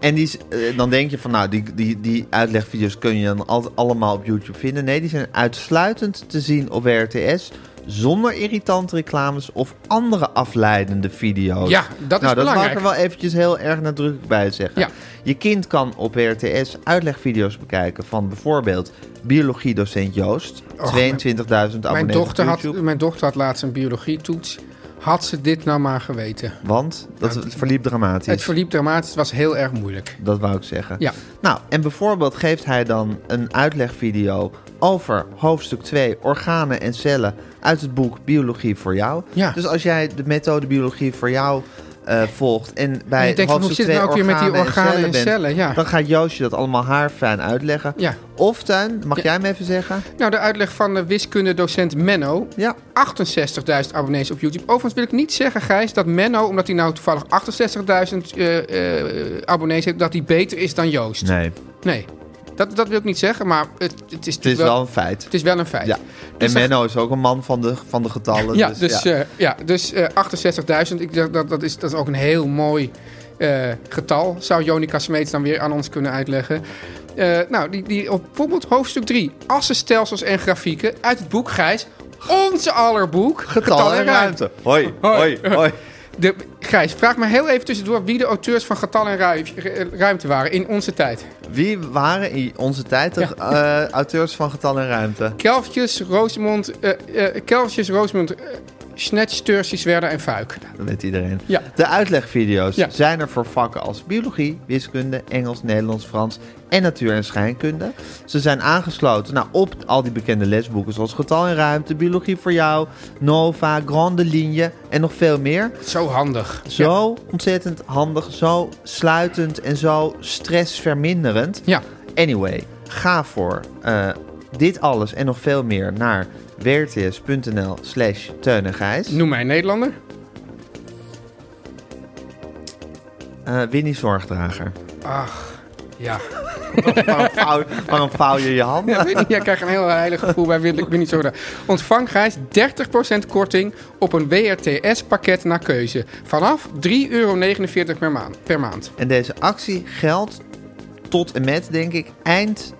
En die, is- eh, dan denk je van, nou, die, die, die uitlegvideo's kun je dan al- allemaal op YouTube vinden. Nee, die zijn uitsluitend te zien op WRTS. Zonder irritante reclames of andere afleidende video's. Ja, dat is nou, dat mag ik belangrijk. er wel eventjes heel erg nadrukkelijk bij zeggen. Ja. Je kind kan op WRTS uitlegvideo's bekijken van bijvoorbeeld biologiedocent Joost. 22.000 abonnees Mijn dochter, op had, YouTube. mijn dochter had laatst een biologietoets. Had ze dit nou maar geweten? Want dat Nou, het- verliep dramatisch. Het verliep dramatisch, het was heel erg moeilijk. Dat wou ik zeggen. Ja. Nou, en bijvoorbeeld geeft hij dan een uitlegvideo over hoofdstuk 2, organen en cellen, uit het boek Biologie voor jou. Ja. Dus als jij de methode Biologie voor jou eh, volgt en bij En je denkt, hoe hoofdstuk zit het 2 nou ook weer met die organen en bent, cellen, ja. dan gaat Joosje dat allemaal haarfijn uitleggen. Ja. Of Tuin, mag jij hem even zeggen? Nou, de uitleg van de wiskundedocent Menno. Ja. 68.000 abonnees op YouTube. Overigens wil ik niet zeggen, Gijs, dat Menno, omdat hij nou toevallig 68.000 eh, eh, abonnees heeft, dat hij beter is dan Joost. Nee. Nee. Dat, dat wil ik niet zeggen, maar het, het is, Het is natuurlijk wel een feit. het is wel een feit. Ja. En Dus dat- Menno is ook een man van de, van de getallen. Ja, dus, dus, ja. eh, ja, dus eh 68.000, ik dacht dat, dat, is, dat is ook een heel mooi eh, getal. Zou Jonica Smeets dan weer aan ons kunnen uitleggen. Eh, nou, die, die, op bijvoorbeeld hoofdstuk 3, assenstelsels en grafieken uit het boek Gijs. Onze allerboek. Getallen en ruimte. Hoi, hoi, Hoi. hoi. De, Gijs, vraag me heel even tussendoor wie de auteurs van getal en Ru- eh, ruimte waren in onze tijd. Wie waren in onze tijd de eh, auteurs van Getal en Ruimte? Kelvjes, Roosmond, eh eh Kelvjes, Roosmond, eh, Snetch, Tursi, Zwerder en Fuik. Dat weet iedereen. Ja. De uitlegvideo's Ja. zijn er voor vakken als biologie, wiskunde, Engels, Nederlands, Frans en natuur- en scheikunde. Ze zijn aangesloten nou, op al die bekende lesboeken zoals Getal en Ruimte, Biologie voor jou, Nova, Grande Linie en nog veel meer. Zo handig. Ja. Zo ontzettend handig, zo sluitend en zo stressverminderend. Ja. Anyway, ga voor eh, dit alles en nog veel meer naar wrts.nl slash teun en Gijs. Noem mij een Nederlander. Eh, Winnie Zorgdrager. Ach, ja. waarom, vouw, waarom vouw je je handen? ja weet niet, jij krijgt een heel eh, heilig gevoel bij Wil- Ik ben niet zo daar. Ontvang Gijs 30% korting op een WRTS-pakket naar keuze. Vanaf 3,49 euro per maand. Per maand. En deze actie geldt tot en met, denk ik, eind.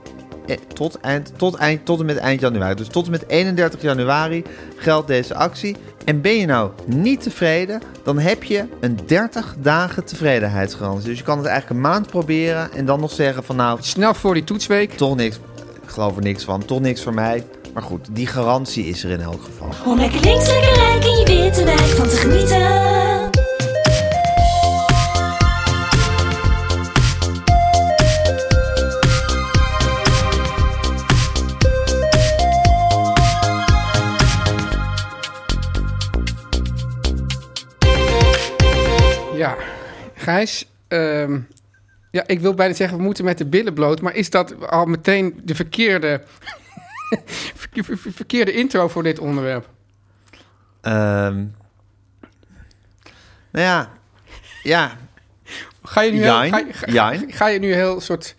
eh, Tot, eind, tot, eind, tot en met eind januari. Dus tot en met 31 januari geldt deze actie. En ben je nou niet tevreden, dan heb je een 30 dagen tevredenheidsgarantie. Dus je kan het eigenlijk een maand proberen en dan nog zeggen van nou, Snel voor die toetsweek. toch niks, ik geloof er niks van, toch niks voor mij. Maar goed, die garantie is er in elk geval. Om lekker links, lekker rijk in je witte wijk van te genieten. Ja. Gijs, ehm, ja, ik wil bijna zeggen, we moeten met de billen bloot. Maar is dat al meteen de verkeerde, verke- ver- ver- verkeerde intro voor dit onderwerp? Ehm, nou ja, ja, Ga je nu, Jijn, heel, ga, je- ga- jijn. ga je nu heel soort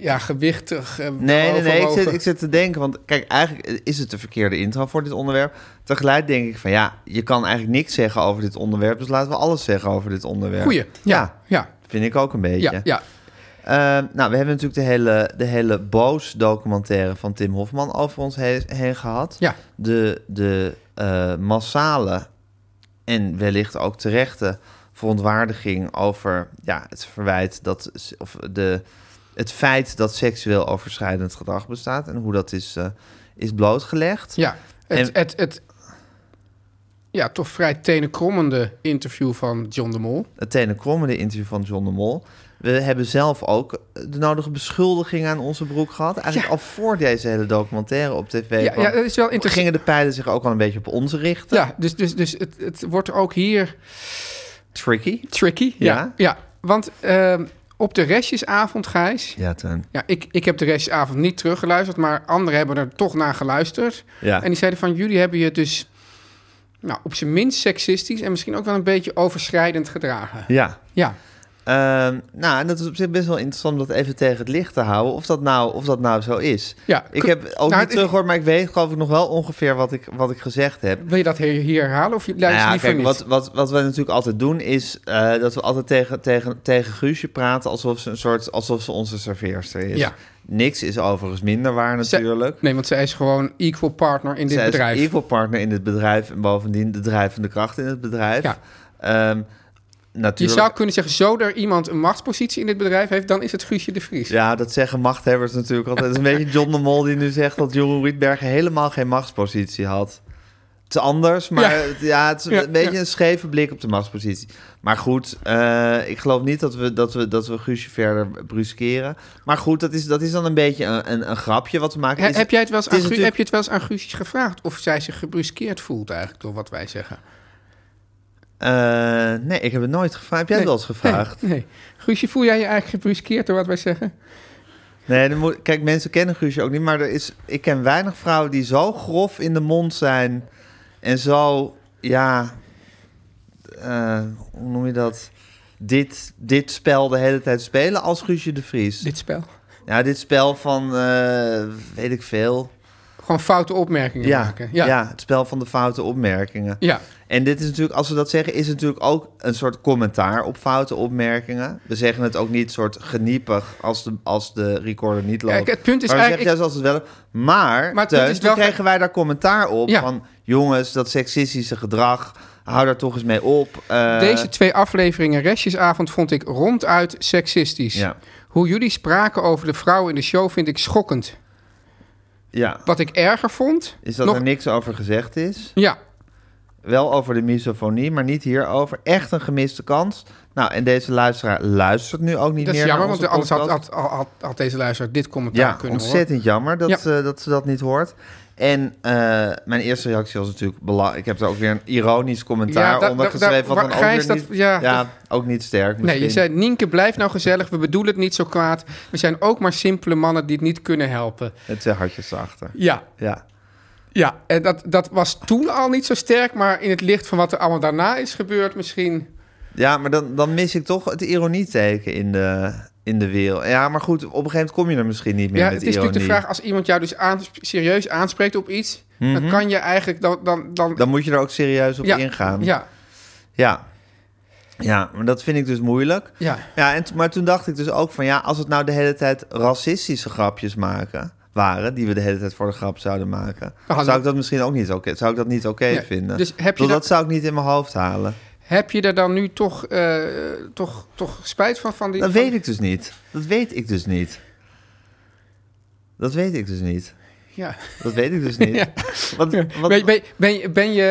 ja, gewichtig. eh, Nee, nee, nee. Ik overwogen- zit, ik zit te denken, want kijk, eigenlijk is het de verkeerde intro voor dit onderwerp. Tegelijk denk ik van ja, je kan eigenlijk niks zeggen over dit onderwerp, dus laten we alles zeggen over dit onderwerp. Goeie. Ja, ja, vind ik ook een beetje. ja, ja, ja. Ehm, nou, we hebben natuurlijk de hele, de hele Boos documentaire van Tim Hofman over ons heen, heen gehad. Ja. De, de eh, massale en wellicht ook terechte verontwaardiging over ja, het verwijt dat, of de, het feit dat seksueel overschrijdend gedrag bestaat en hoe dat is, eh, is blootgelegd. Het, En- het, het ja, toch vrij tenenkrommende interview van John de Mol. Het tenenkrommende interview van John de Mol. We hebben zelf ook de nodige beschuldiging aan onze broek gehad. Eigenlijk al voor deze hele documentaire op tv. Ja, kwam. ja, dat is wel Toen interessant. gingen de pijlen zich ook al een beetje op ons richten. Dus- Ja, dus, dus, dus het, het wordt ook hier Tricky. tricky. Ja, ja. Ja. want ehm, op de restjesavond, Gijs... Ja, ten. Ja, ik, ik heb de restjesavond niet teruggeluisterd, maar anderen hebben er toch naar geluisterd. Ja. En die zeiden van, jullie hebben je dus nou, op zijn minst seksistisch... en misschien ook wel een beetje overschrijdend gedragen. ja. Ja, Ehm, nou, en dat is op zich best wel interessant om dat even tegen het licht te houden. Of dat nou, of dat nou zo is. Ja, ik k- heb ook nou, niet het is- teruggehoord, maar ik weet geloof ik nog wel ongeveer wat ik, wat ik gezegd heb. wil je dat hier, hier herhalen of je Nou luistert ja, liever kijk, niet? wat, wat, wat we natuurlijk altijd doen is eh, dat we altijd tegen, tegen, tegen Guusje praten alsof ze, een soort, alsof ze onze serveerster is. Ja. Niks is overigens minder waar natuurlijk. Nee, want zij is gewoon equal partner in dit Zij bedrijf. is equal partner in dit bedrijf en bovendien de drijvende kracht in het bedrijf. Ja. Ehm, Je natuurlijk. zou kunnen zeggen, zo er iemand een machtspositie in dit bedrijf heeft, dan is het Guusje de Vries. Ja, dat zeggen machthebbers natuurlijk altijd. Het is een beetje John de Mol die nu zegt dat Jeroen Rietbergen helemaal geen machtspositie had. Het is anders, maar Ja. het- ja, het is Ja, een beetje ja. een scheve blik op de machtspositie. Maar goed, eh, ik geloof niet dat we, dat we, dat we Guusje verder bruskeren. Maar goed, dat is, dat is dan een beetje een, een, een grapje wat we maken. He- Is- heb, jij het wel eens het aan is Guus, natuurlijk- heb je het wel eens aan Guusje gevraagd of zij zich gebruskeerd voelt eigenlijk door wat wij zeggen? Eh, nee, ik heb het nooit gevraagd. Heb jij het wel eens gevraagd? Nee, nee. Guusje, voel jij je eigenlijk gebruskeerd door wat wij zeggen? Nee, dan moet, kijk, mensen kennen Guusje ook niet, maar er is, ik ken weinig vrouwen die zo grof in de mond zijn en zo, ja, eh, hoe noem je dat? Dit, dit spel de hele tijd spelen als Guusje de Vries. Dit spel. Ja, dit spel van, eh, weet ik veel. Gewoon foute opmerkingen Ja, maken. ja. Ja. ja. het spel van de foute opmerkingen. Ja. En dit is natuurlijk, als we dat zeggen, is het natuurlijk ook een soort commentaar op foute opmerkingen. We zeggen het ook niet soort geniepig als de, als de recorder niet loopt. Kijk, het punt is maar we zeggen Dus eigenlijk... juist als het wel. Maar, Maar het Teun, punt is wel- toen kregen wij daar commentaar op Ja. van jongens, dat seksistische gedrag, hou daar toch eens mee op. Eh, ik- deze twee afleveringen restjesavond vond ik ronduit seksistisch. Ja. Hoe jullie spraken over de vrouw in de show vind ik schokkend. ja. Wat ik erger vond... Is dat nog- er niks over gezegd is? Ja, Wel over de misofonie, maar niet hierover. Echt een gemiste kans. Nou, en deze luisteraar luistert nu ook niet dat is meer. jammer, naar want onze anders had, had, podcast. had, had deze luisteraar dit commentaar Ja, kunnen horen. ontzettend jammer dat, Ja. ze, dat ze dat niet hoort. En eh, mijn eerste reactie was natuurlijk belangrijk. Ik heb daar ook weer een ironisch commentaar Ja, da- onder da- da- geschreven. wat waar- dan ook Gijs, weer dat- niet, ja, ook niet sterk. Nee, je misschien. zei, Nienke, blijf nou gezellig. We bedoelen het niet zo kwaad. We zijn ook maar simpele mannen die het niet kunnen helpen. Met twee hartjes erachter. Ja, Ja. ja. En dat, dat was toen al niet zo sterk. Maar in het licht van wat er allemaal daarna is gebeurd misschien... Ja, maar dan, dan mis ik toch het ironieteken in de, in de wereld. Ja, maar goed, op een gegeven moment kom je er misschien niet meer Ja, met het is ironie. natuurlijk de vraag, als iemand jou dus aansp- serieus aanspreekt op iets, dan kan je eigenlijk dan. dan, dan, Mhm. Dan moet je er ook serieus op ja, ingaan. Ja, ja. Ja, maar dat vind ik dus moeilijk. ja. Ja, en, t- maar toen dacht ik dus ook van ja, als het nou de hele tijd racistische grapjes maken waren, die we de hele tijd voor de grap zouden maken, hadden- zou ik dat misschien ook niet oké, zou ik dat niet oké Nee, vinden. dus heb je Ik bedoel, dat- dat... zou ik niet in mijn hoofd halen. Heb je er dan nu toch, eh, toch, toch spijt van? van die, Dat van- weet ik dus niet. Dat weet ik dus niet. Dat weet ik dus niet. Ja. Dat weet ik dus niet. Ja. Wat, wat, Ben, ben, ben, je- ben je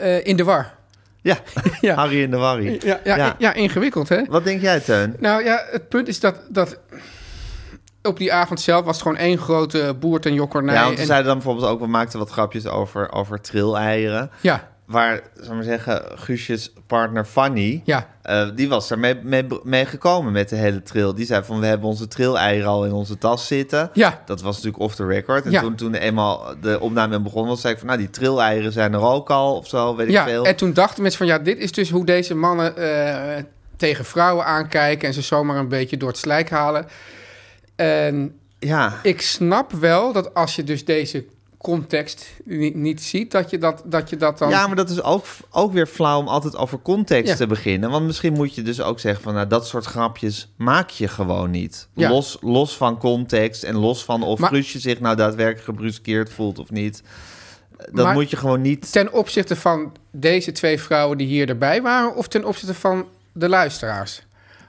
eh, in de war? ja. Ja. Harry in de warrie. Ja, ja, ja. ingewikkeld hè? Wat denk jij, Teun? Nou ja, het punt is dat, dat op die avond zelf was het gewoon één grote boert en jokkernij. ja, want we en- zeiden dan bijvoorbeeld ook, we maakten wat grapjes over, over trilleieren. ja, Waar, zal ik maar zeggen, Guusjes partner Fanny, ja, eh, die was daar mee, mee, mee gekomen met de hele trail. Die zei van, we hebben onze trilleieren al in onze tas zitten. ja. Dat was natuurlijk off the record. En Ja. toen, toen eenmaal de opname begon, was, zei ik van, nou, die trilleieren zijn er ook al, of zo, weet ik ja. veel. En toen dachten mensen van ja, dit is dus hoe deze mannen eh, tegen vrouwen aankijken en ze zomaar een beetje door het slijk halen. En Ja, ik snap wel dat als je dus deze context ni- niet ziet, dat je dat, dat, je dat dan... Ja, maar dat is ook, ook weer flauw om altijd over context Ja. te beginnen. Want misschien moet je dus ook zeggen van... Nou, dat soort grapjes maak je gewoon niet. Ja. Los, los van context en los van of Maar- Guusje zich nou daadwerkelijk gebruskeerd voelt of niet. Dat Maar- moet je gewoon niet... Ten opzichte van deze twee vrouwen die hier erbij waren, of ten opzichte van de luisteraars?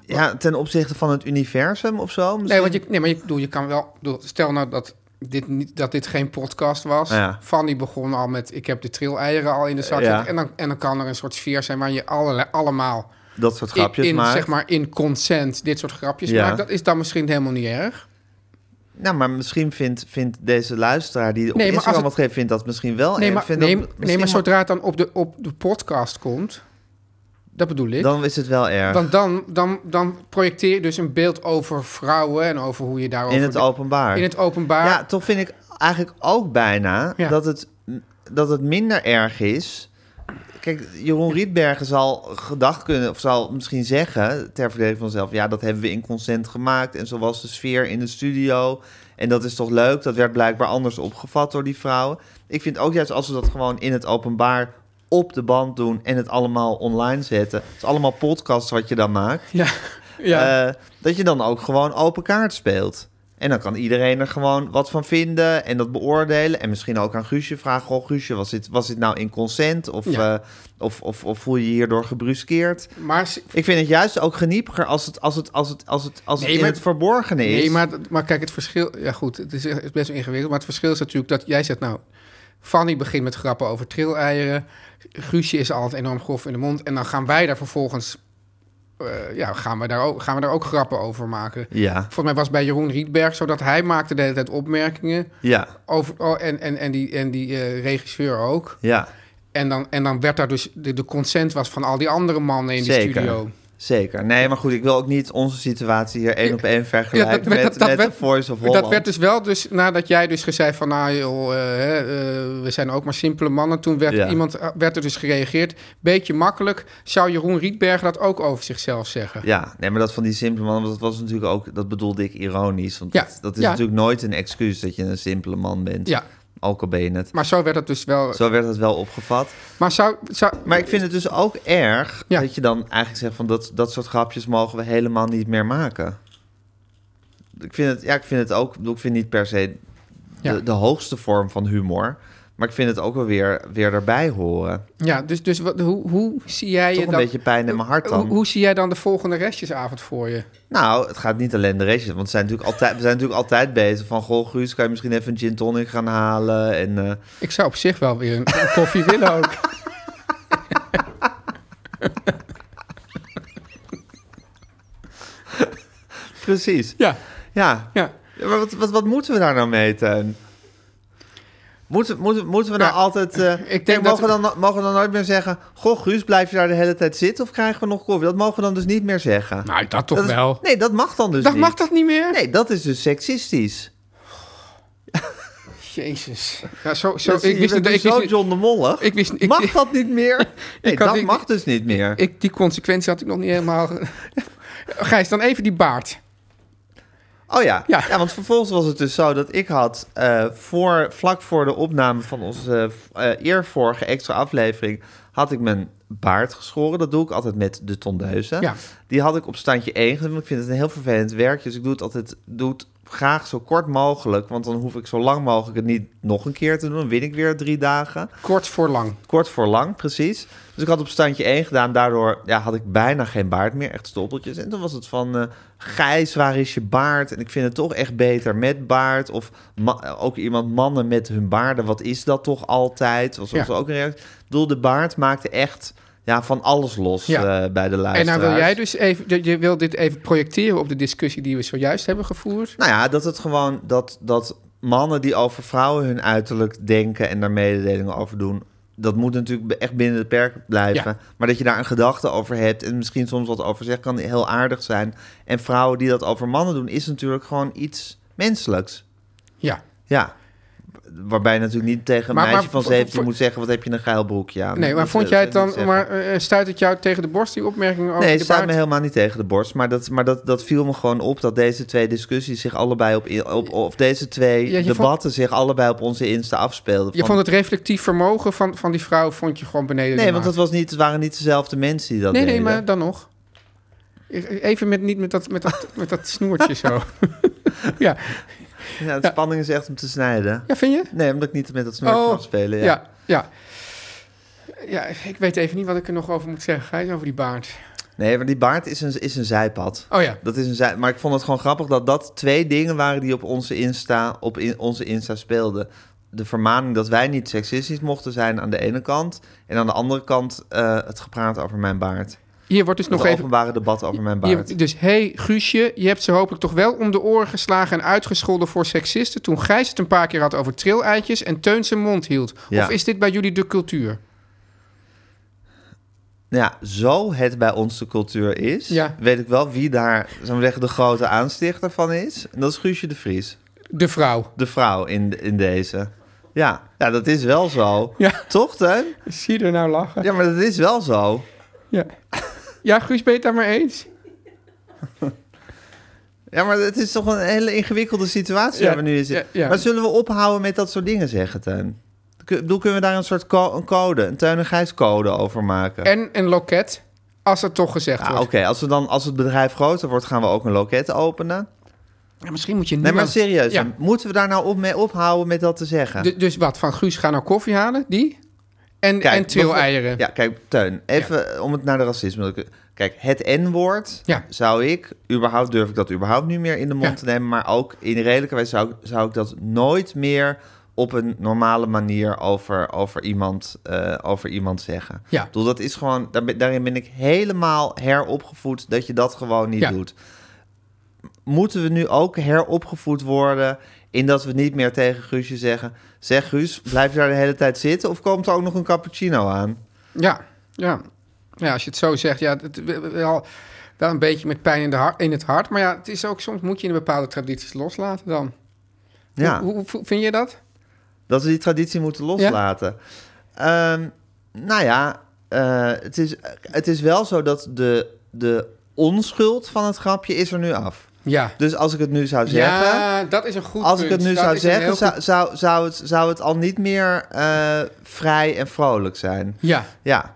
Ja, ten opzichte van het universum of zo. Misschien... Nee, want je, nee maar je, bedoel, je kan wel. bedoel, stel nou dat dit, niet, dat dit geen podcast was. Ja. Fanny begon al met: Ik heb de trilleieren al in de zak. Ja. zitten." En, dan, en dan kan er een soort sfeer zijn waar je alle, allemaal Dat soort in, grapjes in, maakt. zeg maar, in consent dit soort grapjes Ja. maakt. Dat is dan misschien helemaal niet erg. Nou, maar misschien vindt, vindt deze luisteraar die Nee, op maar als Instagram het- wat geeft... vindt dat misschien wel Nee, erg, maar, vindt nee, Oh, dat nee, misschien maar wel- zodra het dan op de, op de podcast komt, dat bedoel ik. Dan is het wel erg. dan, dan, dan, dan projecteer je dus een beeld over vrouwen en over hoe je daarover... in het de- openbaar. in het openbaar. Ja, toch vind ik eigenlijk ook bijna Ja. dat, het, dat het minder erg is. Kijk, Jeroen Rietbergen zal gedacht kunnen, of zal misschien zeggen ter verdediging van zichzelf: ja, dat hebben we in consent gemaakt. En zo was de sfeer in de studio. En dat is toch leuk? Dat werd blijkbaar anders opgevat door die vrouwen. Ik vind ook juist als we dat gewoon in het openbaar op de band doen en het allemaal online zetten. Het is allemaal podcasts wat je dan maakt. Ja, ja. Eh, dat je dan ook gewoon open kaart speelt. En dan kan iedereen er gewoon wat van vinden en dat beoordelen. En misschien ook aan Guusje vragen: Goh, Guusje, was dit, was dit nou in consent? Of, Ja. eh, of, of, of voel je je hierdoor gebruskeerd? maar ze- Ik vind het juist ook genieperiger als het, als het, als het, als het, als het Nee, in maar- het verborgene is. Nee, maar, maar kijk, het verschil... Ja goed, het is, het is best wel ingewikkeld. Maar het verschil is natuurlijk dat jij zegt nou... Fanny begint met grappen over trilleieren. Guusje is altijd enorm grof in de mond. En dan gaan wij daar vervolgens... eh, ja, gaan we, daar ook, gaan we daar ook grappen over maken. Ja, Volgens mij was het bij Jeroen Rietberg zo dat hij maakte de hele tijd opmerkingen. ja, Over, oh, en, en, en die, en die eh, regisseur ook. ja, En dan, en dan werd daar dus... De, de consent was van al die andere mannen in de Zeker. studio. zeker. Nee, maar goed, ik wil ook niet onze situatie hier één op één Ja, vergelijken dat werd- met, dat- dat met werd- de Voice of Holland. Dat werd dus wel, dus nadat jij dus gezegd van, nou joh, eh, hè, eh, we zijn ook maar simpele mannen. Toen werd, Ja. iemand, eh, werd er dus gereageerd, beetje makkelijk, zou Jeroen Rietberg dat ook over zichzelf zeggen? Ja, nee, maar dat van die simpele man, dat was natuurlijk ook, dat bedoelde ik ironisch. Want Ja, dat, dat is ja. natuurlijk nooit een excuus dat je een simpele man bent. Ja. Ook al ben je het. Maar zo werd het dus wel. Zo werd dat wel opgevat. Maar zou, zou, Maar ik vind het dus ook erg Ja. dat je dan eigenlijk zegt van dat, dat soort grapjes mogen we helemaal niet meer maken. Ik vind het, ja, ik vind het ook, ik bedoel, ik vind niet per se de, Ja. de hoogste vorm van humor. Maar ik vind het ook wel weer, weer erbij horen. ja, dus, dus wat, hoe, hoe zie jij Toch je een dan, beetje pijn in mijn hart dan. Hoe, hoe zie jij dan de volgende restjesavond voor je? Nou, het gaat niet alleen de restjes. Want we zijn natuurlijk altijd, we zijn natuurlijk altijd bezig van... Goh, Guus, kan je misschien even een gin tonic gaan halen? En, eh, Ik zou op zich wel weer een, een koffie willen ook. Precies. Ja, Ja. ja. Ja, Maar wat, wat, wat moeten we daar nou mee, Teun? Moeten, moeten, moeten we nou Ja, altijd... eh, denk dat kijk, mogen, we... Dan, mogen we dan nooit meer zeggen... Goh, Guus, blijf je daar de hele tijd zitten of krijgen we nog koffie? Dat mogen we dan dus niet meer zeggen. Nou, dat toch is- wel. Nee, dat mag dan dus Dat niet. mag dat niet meer? Nee, dat is dus seksistisch. Jezus. Ja, zo, zo, Dat is- ik wist Dus je het ik bent nu wist zo niet- John de Mollig. ik wist- ik- mag dat niet meer? Nee, kan dat niet- mag dus niet meer. Ik, die consequentie had ik nog niet helemaal. Gijs, dan even die baard. Oh ja. Ja. ja. want vervolgens was het dus zo dat ik had eh, voor, vlak voor de opname van onze eh, v- eh eervorige extra aflevering, had ik mijn baard geschoren. Dat doe ik altijd met de tondeuze. Ja. Die had ik op standje 1 gedaan. want Ik vind het een heel vervelend werk, dus ik doe het altijd doe het graag zo kort mogelijk, want dan hoef ik zo lang mogelijk het niet nog een keer te doen. Dan win ik weer drie dagen. Kort voor lang. Kort voor lang, precies. Dus ik had op standje 1 gedaan. Daardoor ja, had ik bijna geen baard meer. Echt stoppeltjes. En toen was het van... eh Gijs, waar is je baard? En ik vind het toch echt beter met baard. Of ma- eh, ook iemand, mannen met hun baarden. Wat is dat toch altijd? Was Ja. was ook een reactie. Ik bedoel, de baard maakte echt ja, van alles los Ja. eh, bij de En luisteraars. nou wil jij dus even. je- Je wil dit even projecteren op de discussie die we zojuist hebben gevoerd. Nou ja, dat het gewoon dat, dat mannen die over vrouwen hun uiterlijk denken en daar mededelingen over doen. Dat moet natuurlijk be- echt binnen de perken blijven. Ja. Maar dat je daar een gedachte over hebt en misschien soms wat over zegt, kan heel aardig zijn. En vrouwen die dat over mannen doen, is natuurlijk gewoon iets menselijks. Ja. Ja. Waarbij je natuurlijk niet tegen een Maar- maar meisje van voor- voor- 17 moet zeggen: wat heb je een geil broekje aan. Nee, maar Dat- vond dat- jij het dat niet dan. zeggen. Maar eh, stuit het jou tegen de borst, die opmerking over Nee, de het staat baard? me helemaal niet tegen de borst. Maar, dat, maar dat, dat viel me gewoon op dat deze twee discussies zich allebei op. in- op of deze twee Ja, je vond- debatten zich allebei op onze Insta afspeelden. Je Van- vond het reflectief vermogen van, van die vrouw vond je gewoon beneden. de Nee, want maat. dat was niet, het waren niet dezelfde mensen die dat Nee, nee, deden. maar dan nog. E-, Even met, niet met dat, met dat, met dat snoertje zo. ja. Ja, de spanning is echt om te snijden. ja, vind je? Nee, omdat ik niet met dat snurk Oh, mag spelen. Ja. Ja, ja. Ja, ik weet even niet wat ik er nog over moet zeggen. Gijs, over die baard. Nee, maar die baard is een, is een zijpad. Oh ja. Dat is een zij. Maar ik vond het gewoon grappig dat dat twee dingen waren die op onze Insta, op in, onze Insta speelden. De vermaning dat wij niet seksistisch mochten zijn aan de ene kant. En aan de andere kant eh, het gepraat over mijn baard. Hier wordt dus nog het even... openbare debat over mijn hier baard. wordt- dus, hey, Guusje, je hebt ze hopelijk toch wel om de oren geslagen... en uitgescholden voor seksisten... toen Gijs het een paar keer had over trilleitjes... en Teun zijn mond hield. Ja. Of is dit bij jullie de cultuur? Nou ja, zo het bij ons de cultuur is, Ja. weet ik wel wie daar, zou ik zeggen, de grote aanstichter van is. En dat is Guusje de Vries, De vrouw. de vrouw in, in deze. Ja, ja, dat is wel zo. Ja. Toch, Teun? Zie je er nou lachen? Ja, maar dat is wel zo. Ja. Ja, Guus, ben je het daar maar eens? Ja, maar het is toch een hele ingewikkelde situatie Ja, waar we nu in zitten. ja, ja. Maar zullen we ophouden met dat soort dingen zeggen, Teun? Ik bedoel, kunnen we daar een soort co- een code, een Teun en Gijs code over maken? En een loket, als het toch gezegd Ja, Oké, wordt. als we dan als het bedrijf groter wordt, gaan we ook een loket openen. Ja, misschien moet je... Nee, niemand- maar serieus, Ja. dan moeten we daar nou op mee ophouden met dat te zeggen? Du- dus wat, van Guus, ga nou koffie halen, die? En, Kijk, en trilleieren. Ja, kijk, Teun, even eh, om het naar de racisme. te- Kijk, het N-woord Ja. zou ik, überhaupt durf ik dat überhaupt niet meer in de mond Ja. te nemen, maar ook in redelijke wijze zou, ik- zou ik dat nooit meer op een normale manier over, over, iemand, eh, over iemand zeggen. Ja. Ik bedoel, dat is gewoon, daar ben- daarin ben ik helemaal heropgevoed dat je dat gewoon niet Ja. doet. Moeten we nu ook heropgevoed worden in dat we niet meer tegen Guusje zeggen... zeg Guus, blijf je daar de hele tijd zitten of komt er ook nog een cappuccino aan? Ja, ja. Ja, als je het zo zegt, ja, het, wel, wel een beetje met pijn in, de har- in het hart. Maar ja, het is ook soms moet je in bepaalde tradities loslaten dan. Ja, Hoe, hoe- hoe- vind je dat? dat we die traditie moeten loslaten. Ehm, nou ja, eh, het, is, het is wel zo dat de, de onschuld van het grapje is er nu af. Ja. Dus als ik het nu zou zeggen... Ja, dat is een goed Als ik punt. het nu Dat zou is een heel zeggen, goed- zou, zou, zou, het, zou het al niet meer eh, vrij en vrolijk zijn. Ja, Ja,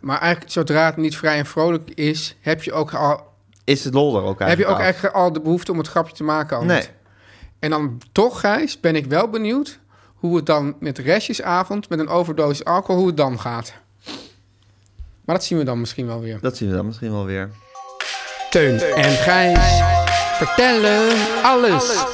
maar eigenlijk zodra het niet vrij en vrolijk is, heb je ook al, is het lol er ook eigenlijk heb je ook af? eigenlijk al de behoefte om het grapje te maken. al Nee. niet. En dan toch, Gijs, ben ik wel benieuwd hoe het dan met restjesavond, met een overdosis alcohol, hoe het dan gaat. Maar dat zien we dan misschien wel weer. Dat zien we dan misschien wel weer. Teun en Gijs vertellen alles.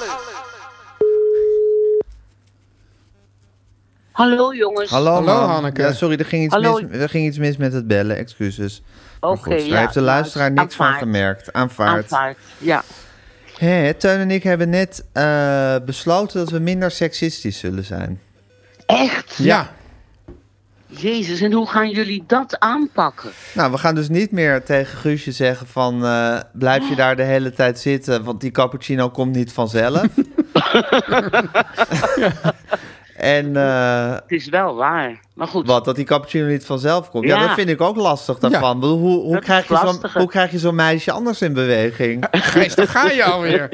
Hallo jongens. Hallo, Hallo, mam. Hanneke. Ja, sorry, er ging, iets Hallo. mis, er ging iets mis met het bellen, excuses. Maar Oké, goed, ja, Daar heeft de nou, luisteraar niks van aanvaard. gemerkt. Aanvaard. Aanvaard. Ja. Hé, Teun en ik hebben net eh, besloten dat we minder seksistisch zullen zijn. Echt? Ja, Jezus, en hoe gaan jullie dat aanpakken? Nou, we gaan dus niet meer tegen Guusje zeggen van... eh, blijf je daar de hele tijd zitten, want die cappuccino komt niet vanzelf. En eh, Het is wel waar. Maar goed, wat, dat die cappuccino niet vanzelf komt. Ja, Ja. dat vind ik ook lastig daarvan. Ik bedoel, Hoe, hoe, Dat krijg is je zo'n, lastiger. hoe krijg je zo'n meisje anders in beweging? Gijs, daar ga je alweer.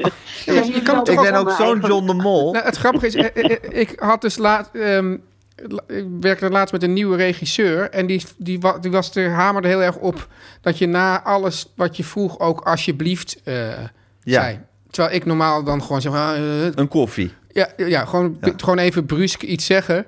Ja, je kan ik toch ik ben wel ook mijn zo'n eigen- John de Mol. Nou, het grappige is, eh, eh, eh, ik had dus laat, ehm, la- ik werkte laatst met een nieuwe regisseur en die, die, wa- die was er hamerde heel erg op dat je na alles wat je vroeg ook alsjeblieft eh, Ja. zei. Terwijl ik normaal dan gewoon zeg, ah, eh, Een koffie. ja, ja, gewoon, gewoon even brusk iets zeggen.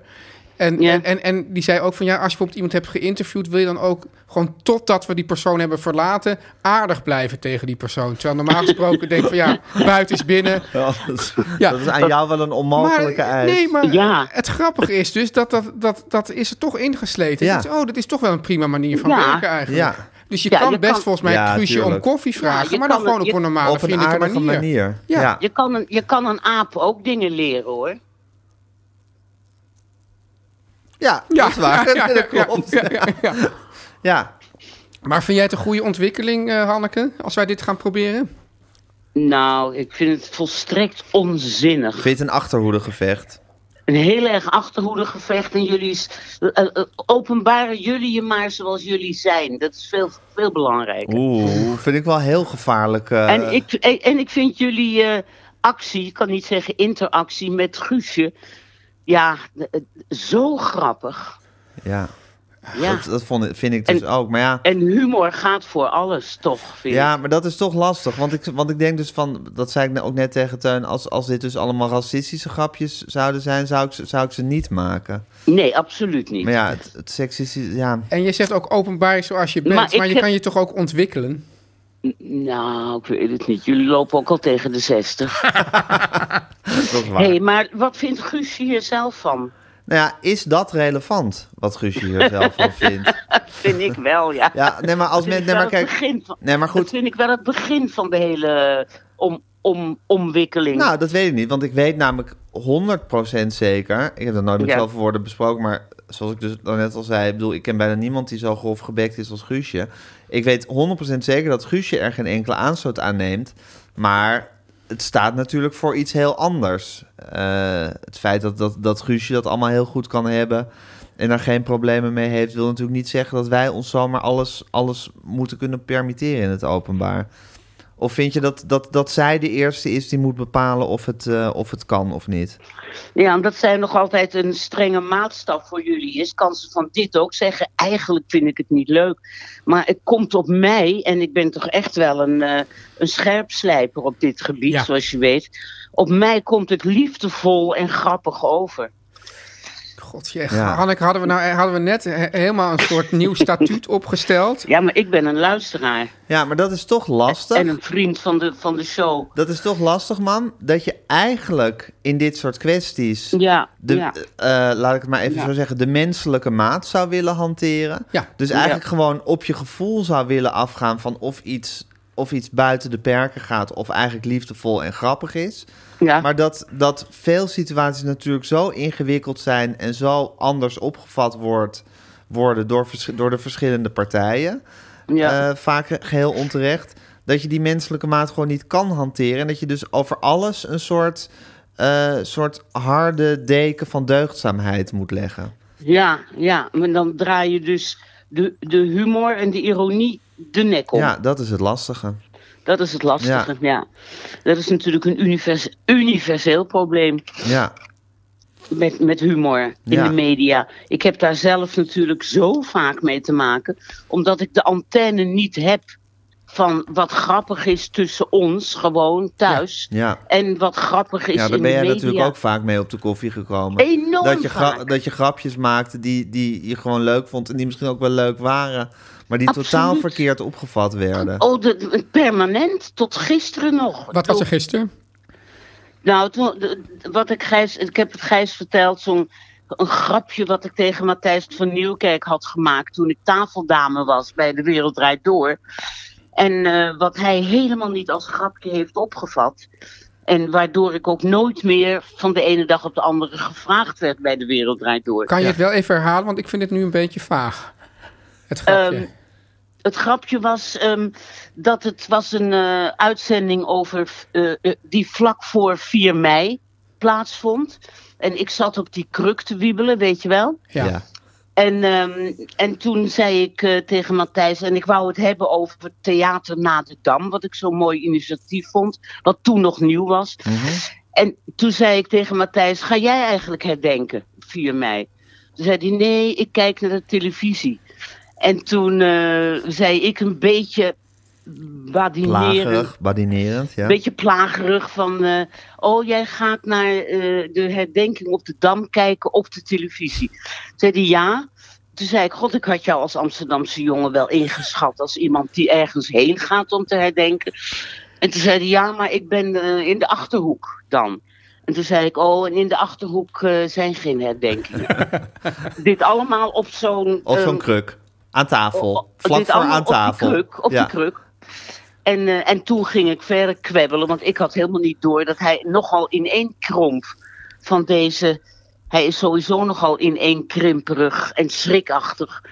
En, Ja. en, en, en die zei ook van ja, als je bijvoorbeeld iemand hebt geïnterviewd, wil je dan ook gewoon totdat we die persoon hebben verlaten, aardig blijven tegen die persoon. Terwijl normaal gesproken denk ik van ja, buiten is binnen, Ja, dat, is, Ja. dat is aan jou wel een onmogelijke maar, eis. Nee, maar Ja. het grappige is dus dat, dat, dat, dat is er toch ingesleten. Ja. Dat is, oh, dat is toch wel een prima manier van Ja. werken eigenlijk. Ja. Dus je Ja, kan je best kan- volgens mij Ja, een crucie om tuurlijk. koffie vragen, je maar dan kan het- gewoon op je- een normale, Op een vriendelijke aardige manier. manier. Ja. Ja. je kan, een, je kan een aap ook dingen leren hoor. Ja, Ja, dat is waar. ja, ja, dat ja, klopt. ja, ja, ja. Ja. Maar vind jij het een goede ontwikkeling, eh, Hanneke, als wij dit gaan proberen? Nou, ik vind het volstrekt onzinnig. Vind je het een achterhoedegevecht? Een heel erg achterhoedegevecht en jullie s- eh, eh, openbaren jullie je maar zoals jullie zijn. Dat is veel, veel belangrijker. Oeh, vind ik wel heel gevaarlijk. eh. En, ik, en- en ik vind jullie eh, actie, ik kan niet zeggen interactie met Guusje, ja, eh, zo grappig. Ja, Ja. dat, dat vond, ik- vind ik dus En- ook. Maar ja, En humor gaat voor alles, toch? Vind ik. ja, maar dat is toch lastig. Want ik, want ik denk dus van, dat zei ik nou ook net tegen Teun... als, als dit dus allemaal racistische grapjes zouden zijn... zou ik, ze- zou ik ze niet maken. Nee, absoluut niet. Maar ja, het, het seksistische... Ja, En je zegt ook openbaar zoals je bent, maar, Maar ik je heb- kan je toch ook ontwikkelen? N- Nou, ik weet het niet. Jullie lopen ook al tegen de 60. dat is waar. Hé, hey, maar wat vindt Guusje hier zelf van? Nou ja, is dat relevant? Wat Guusje hier zelf van vindt. Vind ik wel, ja. Ja, nee, maar als Dat vind men... Nee, ik wel maar het kijk... begin van- Nee, maar Dat goed. vind ik wel het begin van de hele om, om, omwikkeling. Nou, dat weet ik niet. Want ik weet namelijk 100% zeker. Ik heb dat nooit met Ja. zoveel woorden besproken. Maar zoals ik dus net al zei. Ik bedoel, ik ken bijna niemand die zo grof gebekt is als Guusje. Ik weet 100% zeker dat Guusje er geen enkele aanstoot aan neemt. Maar het staat natuurlijk voor iets heel anders. Eh, het feit dat, dat, dat Guusje dat allemaal heel goed kan hebben. En daar geen problemen mee heeft, wil natuurlijk niet zeggen dat wij ons zomaar alles, alles moeten kunnen permitteren in het openbaar. Of vind je dat, dat, dat zij de eerste is die moet bepalen of het, eh, of het kan of niet? Ja, omdat zij nog altijd een strenge maatstaf voor jullie is, kan ze van dit ook zeggen. Eigenlijk vind ik het niet leuk. Maar het komt op mij, en ik ben toch echt wel een, eh, een scherpslijper op dit gebied, Ja. zoals je weet. Op mij komt het liefdevol en grappig over. God, je, Ja. Hanneke, hadden we, nou, hadden we net eh, helemaal een soort nieuw statuut opgesteld. Ja, maar ik ben een luisteraar Ja, maar dat is toch lastig? en een vriend van de, van de show. Dat is toch lastig, man? Dat je eigenlijk in dit soort kwesties... Ja, De, ja. eh, laat ik het maar even Ja. zo zeggen, de menselijke maat zou willen hanteren. Ja. Dus eigenlijk gewoon op je gevoel zou willen afgaan van of iets, of iets buiten de perken gaat of eigenlijk liefdevol en grappig is. ja. Maar dat, dat veel situaties natuurlijk zo ingewikkeld zijn en zo anders opgevat wordt, worden door, vers- door de verschillende partijen, ja. eh, vaak geheel onterecht, dat je die menselijke maat gewoon niet kan hanteren. En dat je dus over alles een soort, eh, soort harde deken van deugdzaamheid moet leggen. ja, ja, maar dan draai je dus de, de humor en de ironie de nek om. Ja, dat is het lastige. Dat is het lastige, ja. Dat is natuurlijk een univers- universeel probleem Ja, met, met humor in Ja. de media. Ik heb daar zelf natuurlijk zo vaak mee te maken, omdat ik de antenne niet heb van wat grappig is tussen ons, gewoon thuis, ja. en wat grappig is Ja, daar ben in de jij media. natuurlijk ook vaak mee op de koffie gekomen. Enorm dat je, gra- vaak. dat je grapjes maakte die, die je gewoon leuk vond en die misschien ook wel leuk waren, maar die Absoluut. totaal verkeerd opgevat werden. Oh, de, permanent, tot gisteren nog. Wat was er gisteren? Nou, toen- de- de- wat ik, Gijs, ik heb het Gijs verteld, zo'n een grapje wat ik tegen Matthijs van Nieuwkerk had gemaakt toen ik tafeldame was bij De Wereld Draait Door. En eh, wat hij helemaal niet als grapje heeft opgevat. En waardoor ik ook nooit meer van de ene dag op de andere gevraagd werd bij De Wereld Draait Door. Kan je het wel even herhalen? Want ik vind het nu een beetje vaag. Het grapje. Ehm, Het grapje was ehm, dat het was een eh, uitzending over eh, eh, die vlak voor 4 mei plaatsvond. En ik zat op die kruk te wiebelen, weet je wel. Ja. Ja. En, ehm, en toen zei ik eh, tegen Matthijs, en ik wou het hebben over het theater na de Dam, wat ik zo'n mooi initiatief vond, wat toen nog nieuw was. En toen zei ik tegen Matthijs, ga jij eigenlijk herdenken, 4 mei? Toen zei hij, nee, ik kijk naar de televisie. En toen eh, zei ik een beetje badinerend, Plagerig, badinerend. Ja. een beetje plagerig van... eh, oh, jij gaat naar eh, de herdenking op de Dam kijken op de televisie. Toen zei hij ja. Toen zei ik, god, ik had jou als Amsterdamse jongen wel ingeschat... als iemand die ergens heen gaat om te herdenken. En toen zei hij, ja, maar ik ben eh, in de Achterhoek dan. En toen zei ik, oh, en in de Achterhoek eh, zijn geen herdenkingen. Dit allemaal op zo'n... Of zo'n ehm, kruk. Aan tafel. Oh, oh, Vlak dit voor allemaal aan tafel. Op die kruk. Op ja. die kruk. En, eh, en toen ging ik verder kwebbelen, want ik had helemaal niet door dat hij nogal ineenkromp van deze. Hij is sowieso nogal ineenkrimperig en schrikachtig.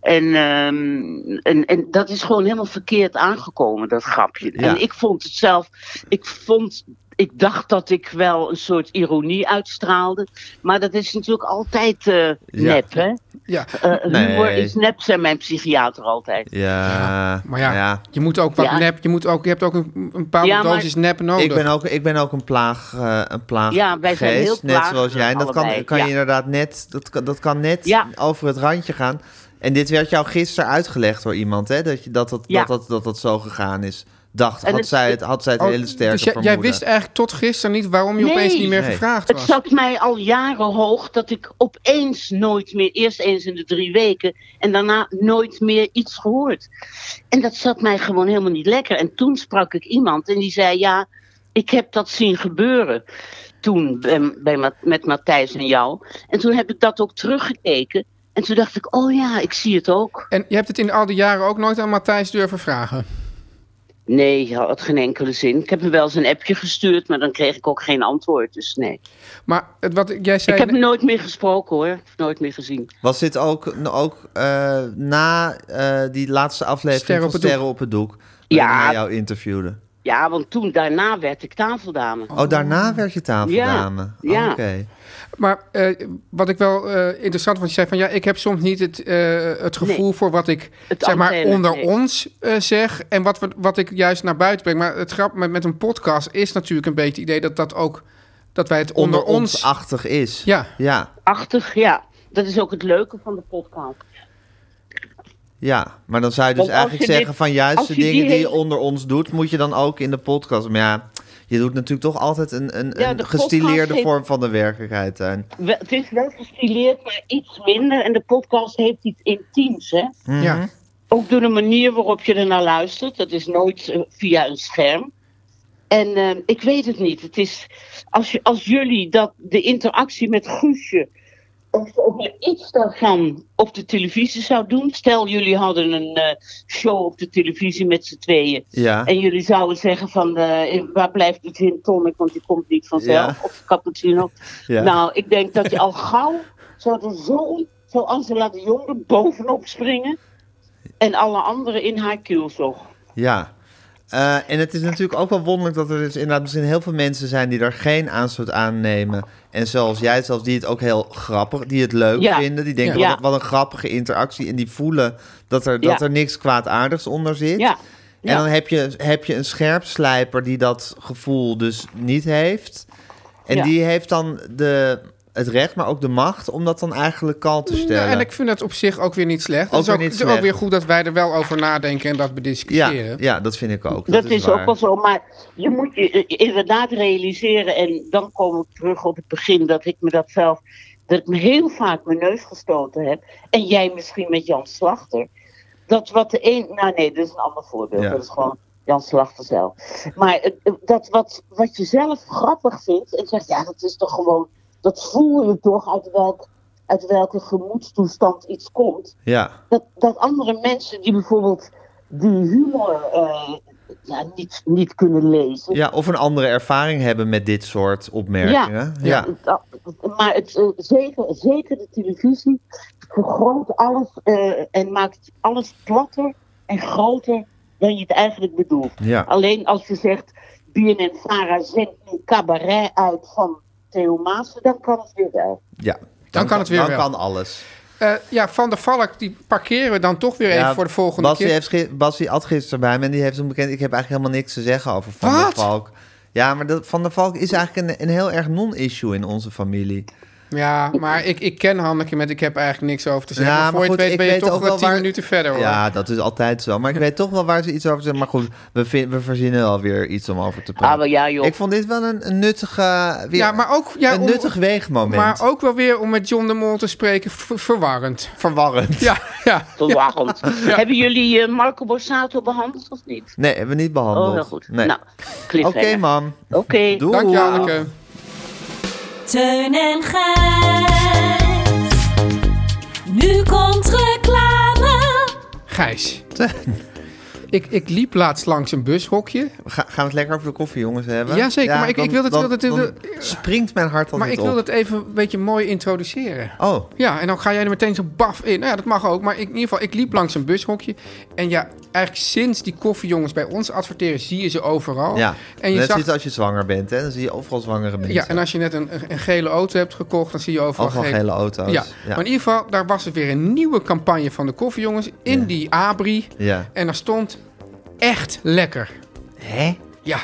En, ehm, en, en dat is gewoon helemaal verkeerd aangekomen, dat grapje. Ja. En ik vond het zelf, ik vond, ik dacht dat ik wel een soort ironie uitstraalde. Maar dat is natuurlijk altijd eh, nep, hè? Ja. Eh, humor Nee. is nep, zei mijn psychiater altijd. Ja. Maar ja, ja. je moet ook wat Ja. nep. Je, moet ook, je hebt ook een, een bepaalde Ja, maar- dosis nep nodig. Ik ben, ook, ik ben ook een plaag, eh, een plaag Ja, wij zijn heel net zoals jij. En dat kan, plagerig kan je allebei, inderdaad net, dat, kan- dat kan net Ja. over het randje gaan. En dit werd jou gisteren uitgelegd door iemand, hè? Dat je, dat, dat, Ja. dat, dat, dat dat zo gegaan is. Dacht, En had, het- zij het, had zij het Oh, hele sterke dus jij, jij vermoeden. wist eigenlijk tot gisteren niet waarom je Nee. opeens niet meer Nee. gevraagd Het was. zat mij al jaren hoog dat ik opeens nooit meer, eerst eens in de drie weken en daarna nooit meer iets gehoord. En dat zat mij gewoon helemaal niet lekker. En toen sprak ik iemand en die zei: Ja, ik heb dat zien gebeuren. Toen bij, bij Ma- met Matthijs en jou. En toen heb ik dat ook teruggekeken. En toen dacht ik: Oh ja, ik zie het ook. En je hebt het in al die jaren ook nooit aan Matthijs durven vragen. Nee, het had geen enkele zin. Ik heb hem wel eens een appje gestuurd, maar dan kreeg ik ook geen antwoord. Dus nee. Maar het, wat ik- jij zei. Ik heb hem nooit meer gesproken hoor. Of nooit meer gezien. Was dit ook, ook eh, na eh, die laatste aflevering Sterren van op het Sterren op het Doek? waarin Ja. hij jou interviewde. Ja, want toen daarna werd ik tafeldame. Oh, daarna werd je tafeldame? Ja, ja. Oh, Oké. Maar eh, wat ik wel eh, interessant vond, je zei van ja, ik heb soms niet het, eh, het gevoel voor wat ik Het zeg maar antenne, onder nee. ons eh, zeg en wat, we, wat ik juist naar buiten breng. Maar het grap met, met een podcast is natuurlijk een beetje het idee dat dat ook dat wij het onder, Onder ons. ons-achtig is. Ja. Ja. Achtig, ja. Dat is ook het leuke van de podcast. Ja, maar dan zou je dus Want als eigenlijk je dit- zeggen van juist als de je die dingen die, je hele- onder ons doet, moet je dan ook in de podcast. Maar ja, je doet natuurlijk toch altijd een, een, Ja, een de gestileerde podcast heeft- vorm van de werkelijkheid. Teun. Wel- Het is wel gestileerd, maar iets minder. En de podcast heeft iets intiems, hè. Mhm. Ja. Ook door de manier waarop je ernaar luistert. Dat is nooit eh, via een scherm. En eh, ik weet het niet. Het is, als, je, als jullie dat, de interactie met Guusje... of je ook maar iets daarvan op de televisie zou doen... stel jullie hadden een eh, show op de televisie met z'n tweeën... Ja. En jullie zouden zeggen van, eh, waar blijft de gin tonic, want die komt niet vanzelf. Ja. Of de cappuccino. Ja. Nou, ik denk dat je al gauw zou er zo, zo Angela de Jong er bovenop springen. En alle anderen in haar kielzog. ja. Eh, en het is natuurlijk ook wel wonderlijk dat er dus inderdaad misschien heel veel mensen zijn die er geen aanstoot aan nemen. En zoals jij, zelfs die het ook heel grappig, die het leuk Ja. vinden. Die denken, Ja. wat, een- wat een grappige interactie. En die voelen dat er, dat Ja. er niks kwaadaardigs onder zit. Ja. En Ja. dan heb je, heb je een scherpslijper die dat gevoel dus niet heeft. En Ja. die heeft dan de, het recht, maar ook de macht om dat dan eigenlijk kal te stellen. Ja, en ik vind dat op zich ook weer niet slecht. Ook het is weer ook, niet het is ook slecht. weer goed dat wij er wel over nadenken en dat ja, bediscussiëren. ja, dat vind ik ook. Dat, is, ook wel zo, maar je moet je eh, inderdaad realiseren. En dan kom ik terug op het begin dat ik me dat zelf. dat ik me heel vaak mijn neus gestoten heb. En jij misschien met Jan Slachter. Dat wat de een. Nou nee, dat is een ander voorbeeld. Ja. Dat is gewoon Jan Slachter zelf. Maar eh, eh, dat wat, wat je zelf grappig vindt. en zegt ja, dat is toch gewoon. dat voel je toch uit, welk, uit welke gemoedstoestand iets komt Ja, dat, dat andere mensen die bijvoorbeeld die humor eh, ja, niet, niet kunnen lezen. ja, of een andere ervaring hebben met dit soort opmerkingen. Ja, ja. Dat- Maar het, eh, zeker, zeker de televisie vergroot alles eh, en maakt alles platter en groter dan je het eigenlijk bedoelt. Ja. Alleen als je zegt, BNN Vara zendt nu cabaret uit van Theo Maas, dan kan het weer wel. Ja. Dan kan het weer Dan wel. kan alles. Eh, ja, Van der Valk, die parkeren we dan toch weer even voor de volgende Bassie keer. Heeft, gi- Bassie at gisteren bij me en die heeft toen bekend... ik heb eigenlijk helemaal niks te zeggen over Van Wat? der Valk. Ja, maar dat, Van der Valk is eigenlijk een, een heel erg non-issue in onze familie. Ja, maar ik, ik ken Hanneke met ik heb eigenlijk niks over te zeggen. Ja, maar voor maar goed, je het weet ik ben je weet toch ook wel wel tien waar- minuten verder hoor. Ja, dat is altijd zo. Maar ik weet toch wel waar ze iets over zeggen. Maar goed, we, vin- we verzinnen wel weer iets om over te praten. Ah, maar ja, joh. Ik vond dit wel een, een nuttige... Weer, Ja, maar ook- ja, een om- nuttig weegmoment. Maar ook wel weer om met John de Mol te spreken, ver- verwarrend. verwarrend. Ja, ja. Verwarrend. Hebben jullie eh, Marco Borsato behandeld of niet? Nee, hebben we niet behandeld. Oh, heel goed. Nee. Nou, Oké, cliffhanger. mam. Oké. Doei. Dank je, Anneke. Teun en Gijs. Nu komt reclame. Gijs. Ik, ik liep laatst langs een bushokje. Ga- gaan we het lekker over de koffie, jongens, hebben? Jazeker, maar ik- ik wil dat- dan- wil dat- dan wil- springt mijn hart altijd Maar ik wil op. dat even een beetje mooi introduceren. Oh, Ja, en dan ga jij er meteen zo baf in. Nou ja, dat mag ook. Maar ik, in ieder geval, ik liep langs een bushokje. En ja, eigenlijk sinds die koffiejongens bij ons adverteren, zie je ze overal. ja. En je Net zag... zoiets als je zwanger bent, hè. Dan zie je overal zwangere mensen. Ja, en als je net een, een gele auto hebt gekocht, dan zie je overal, Overal gele auto's. Ja. Ja. maar in ieder geval, daar was er weer een nieuwe campagne van de koffiejongens in die abri. Ja. En daar stond echt lekker. Hè? Ja.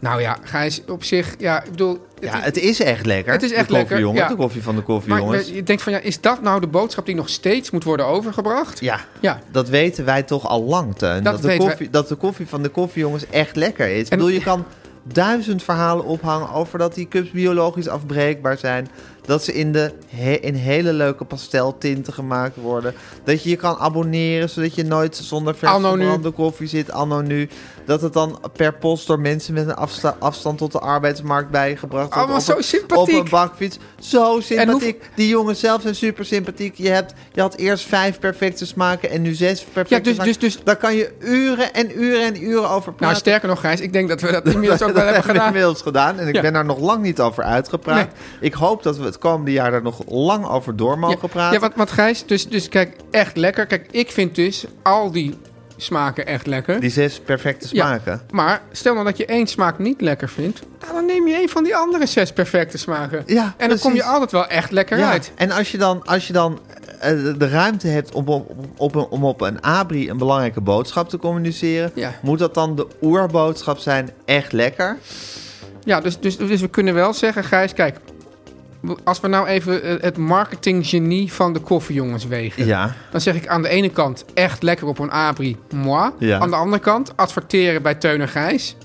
Nou ja, Gijs, op zich, ja, ik bedoel... Ja, het is echt lekker. Het is echt de koffie, lekker, Jongen, ja. De koffie van de koffie, maar jongens. je denkt van, ja, is dat nou de boodschap die nog steeds moet worden overgebracht? Ja, Ja. dat weten wij toch al lang, Teun. Dat Dat, de weten koffie, dat de koffie van de koffiejongens echt lekker is. Ik En- bedoel, je kan duizend verhalen ophangen over dat die cups biologisch afbreekbaar zijn. Dat ze in, de he- in hele leuke pasteltinten gemaakt worden. Dat je je kan abonneren, zodat je nooit zonder Anno nu. versverbrande koffie zit, anno nu. Dat het dan per post door mensen met een afsta- afstand tot de arbeidsmarkt bijgebracht wordt. Allemaal op zo een- sympathiek. Op een bakfiets. Zo En sympathiek. Die jongens zelf zijn super sympathiek. Je, hebt, je had eerst vijf perfecte smaken en nu zes perfecte Ja, dus- smaken. dus- dus- Daar kan je uren en uren en uren over praten. Nou, sterker nog, Gijs, ik denk dat we dat inmiddels ook wel hebben we gedaan. inmiddels gedaan. En ik Ja. ben daar nog lang niet over uitgepraat. Nee. Ik hoop dat we het komende jaar daar nog lang over door mogen Ja, praten. ja want, want Gijs, dus, dus kijk, echt lekker. Kijk, ik vind dus al die smaken echt lekker. Die zes perfecte Ja. smaken. Maar stel nou dat je één smaak niet lekker vindt, nou, dan neem je één van die andere zes perfecte smaken. Ja, en dan kom je precies. altijd wel echt lekker Ja, uit. En als je dan, als je dan eh, de ruimte hebt om op, op een, om op een abri een belangrijke boodschap te communiceren... Ja. moet dat dan de oerboodschap zijn echt lekker? Ja, dus, dus, dus we kunnen wel zeggen, Gijs, kijk, als we nou even eh, het marketinggenie van de koffiejongens wegen. Ja. Dan zeg ik aan de ene kant echt lekker op een abri, moi. Ja. Aan de andere kant adverteren bij Teun en Gijs.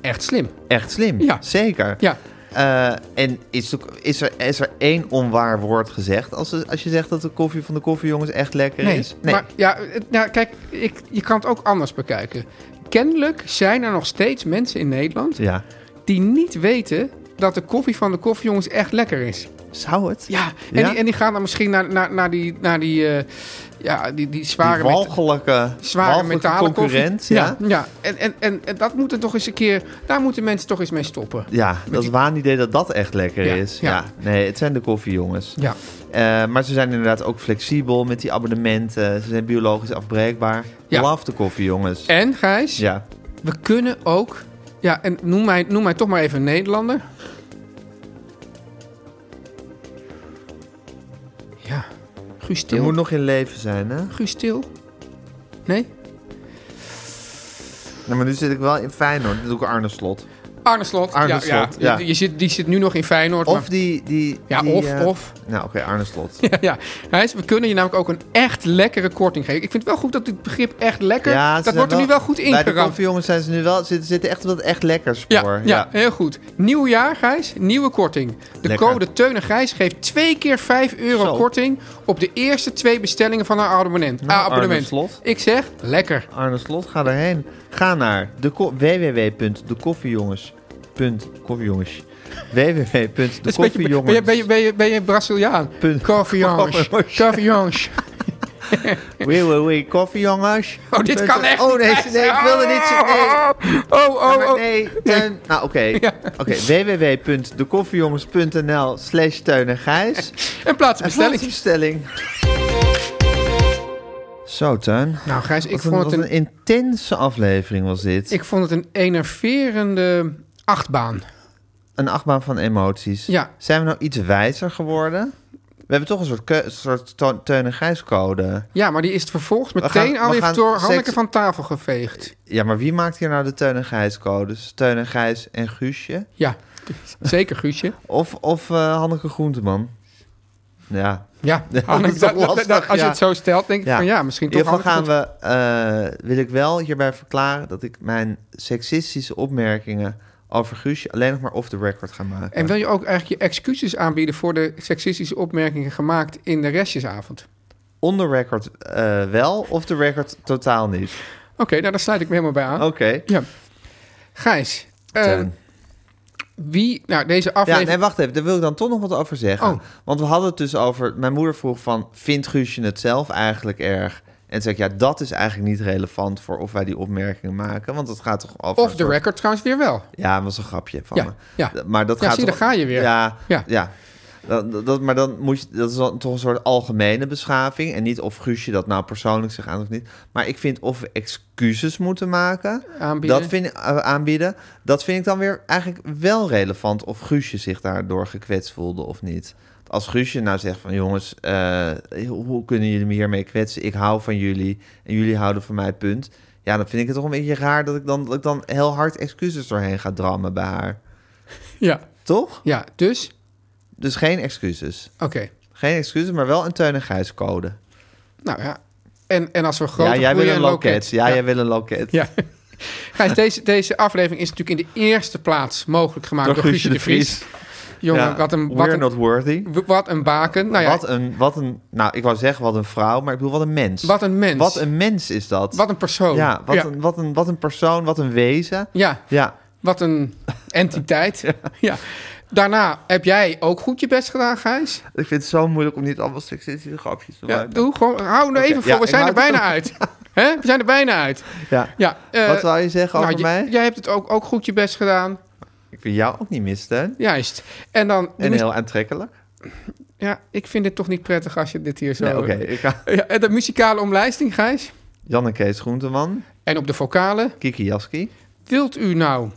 Echt slim. Echt slim, Ja. zeker. Ja, Eh, en is, ook- is, er, is er één onwaar woord gezegd als, er- als je zegt dat de koffie van de koffiejongens echt lekker nee. is? Maar ja, het- nou, kijk, ik, je kan het ook anders bekijken. Kennelijk zijn er nog steeds mensen in Nederland Ja. die niet weten dat de koffie van de koffiejongens echt lekker is. Zou het? Ja, en, Ja? Die, en die gaan dan misschien naar, naar, naar die, naar die, eh, ja, die, die Die zware, met- walgelijke, zware walgelijke metalen concurrent. koffie. Ja, ja. En, en, en, en dat moet er toch eens een keer, daar moeten mensen toch eens mee stoppen. ja dat die- waanidee dat dat echt lekker Ja, is. ja. Ja. Nee, het zijn de koffiejongens. Ja. Eh, maar ze zijn inderdaad ook flexibel met die abonnementen. Ze zijn biologisch afbreekbaar. Ja. Love de koffiejongens. En Gijs, Ja. we kunnen ook, ja, en noem mij, noem mij toch maar even een Nederlander. Ja, Guus Je Til. moet nog in leven zijn, hè? Guus Til? Nee? Nou, maar nu zit ik wel in Feyenoord. Dat doe ik Arne Slot. Arne Slot. Arne ja, Slot, ja. ja. Je, je zit, die zit nu nog in Feyenoord. maar- Of die... die Ja, die, of, eh, of. Nou, oké, Arne Slot. Ja, ja. Gijs, we kunnen je namelijk ook een echt lekkere korting geven. Ik vind het wel goed dat dit begrip echt lekker, Ja, ze dat zijn wordt er nu wel goed Bij de ingeramd. koffiejongens zijn ze nu wel, zitten, zitten echt wat echt lekker Ja, spoor. ja, heel goed. Nieuw jaar, Gijs, nieuwe korting. De Lekker. code Teun en Gijs geeft twee keer 5 euro Zo. korting op de eerste twee bestellingen van haar abonnement. Nou, Ah, abonnement. Arne Slot. Ik zeg, lekker. Arne Slot, ga erheen. Ga naar de ko- www.dekoffiejongens. punt- Koffiejongens. Dat is een beetje- ben, je, ben, je, www.dekoffiejongens. ben, je, ben je Braziliaan? Punt. Koffiejongens. Koffiejongens. koffiejongens. Oh, dit kan echt Oh, nee, niet, nee, ik wilde niet zeggen. Nee. Oh, oh, Maar oh. nee, Teun. Nou, oké. Ja. Oké, www.dekoffiejongens.nl slash Teun en Gijs. En plaats een bestelling. bestelling. Zo, Teun. Nou, Gijs, ik Wat vond het wat een intense aflevering was dit. Ik vond het een enerverende achtbaan. een achtbaan van emoties. Ja. Zijn we nou iets wijzer geworden? We hebben toch een soort, keu- soort to- Teun en Gijs code. Ja, maar die is vervolgd gaan- meteen al we heeft gaan door seks- Hanneke van tafel geveegd. Ja, maar wie maakt hier nou de Teun en Gijs codes? Teun en Gijs en Guusje? Ja, zeker Guusje. Of, of eh, Hanneke Groenteman? Ja, Ja, Ja, Hanneke, dat is dat- lastig, dat- als je ja. het zo stelt, denk ik Ja. van ja, misschien In toch ieder geval gaan Hanneke we, eh, wil ik wel hierbij verklaren dat ik mijn seksistische opmerkingen over Guusje alleen nog maar off the record ga maken. En wil je ook eigenlijk je excuses aanbieden voor de seksistische opmerkingen gemaakt in de restjesavond? On the record eh, wel, off the record totaal niet. Oké, nou daar sluit ik me helemaal bij aan. Oké. Ja. Gijs, eh, Oh. Teun. wie, nou deze Ja, aflevering... nee, wacht even. Daar wil ik dan toch nog wat over zeggen. Oh. Want we hadden het dus over... Mijn moeder vroeg van... Vindt Guusje het zelf eigenlijk erg? En toen zei ik... Ja, dat is eigenlijk niet relevant voor of wij die opmerkingen maken. Want het gaat toch over... Of een de soort- record trouwens weer wel. Ja, dat was een grapje van Ja, me. ja. D- Maar dat Ja, gaat zie je, toch- daar ga je weer. Ja, Ja. ja. Dat, dat, maar dan moet je, dat is dan toch een soort algemene beschaving. En niet of Guusje dat nou persoonlijk zich aan of niet. Maar ik vind of we excuses moeten maken. Aanbieden. Dat vind, ik- eh, aanbieden. Dat vind ik dan weer eigenlijk wel relevant. Of Guusje zich daardoor gekwetst voelde of niet. Als Guusje nou zegt van jongens, eh, hoe kunnen jullie me hiermee kwetsen? Ik hou van jullie en jullie houden van mij, punt. Ja, dan vind ik het toch een beetje raar dat ik dan, dat ik dan heel hard excuses doorheen ga drammen bij haar. Ja, Toch? ja dus, Dus geen excuses. oké. Geen excuses, maar wel een Teun en Gijs code. Nou ja, en, en als we grote ja, jij wil groeien een en loket. Ja, jij wil een loket. Ja. Gijs, deze, deze aflevering is natuurlijk in de eerste plaats mogelijk gemaakt door, Guusje de Vries. Jongen, Ja, wat, een, wat, We're een, not worthy. wat een baken. Nou ja, wat, een, wat een, nou, ik wou zeggen wat een vrouw, maar ik bedoel wat een mens. Wat een mens. Wat een mens is dat. wat een persoon. ja, wat, ja. Een, wat, een, wat een persoon, wat een wezen. Ja, Ja, wat een entiteit. ja. Daarna heb jij ook goed je best gedaan, Gijs. ik vind het zo moeilijk om niet allemaal seksistische grapjes te Ja, maken. doe gewoon, hou nou even Oké, voor, ja, we ik zijn er maak bijna het- uit. Hè? We zijn er bijna uit. Ja. Ja, eh, Wat zou je zeggen nou, over j- mij? Jij hebt het ook, ook goed je best gedaan. Ik vind jou ook niet mis, Teun. Juist. En dan... En heel aantrekkelijk. Ja, ik vind het toch niet prettig als je dit hier zo... Nee, Oké, ik ga... Ja, en de muzikale omlijsting, Gijs. Jan en Kees Groenteman, En op de vocalen. Kiki Jaski. Wilt u nou...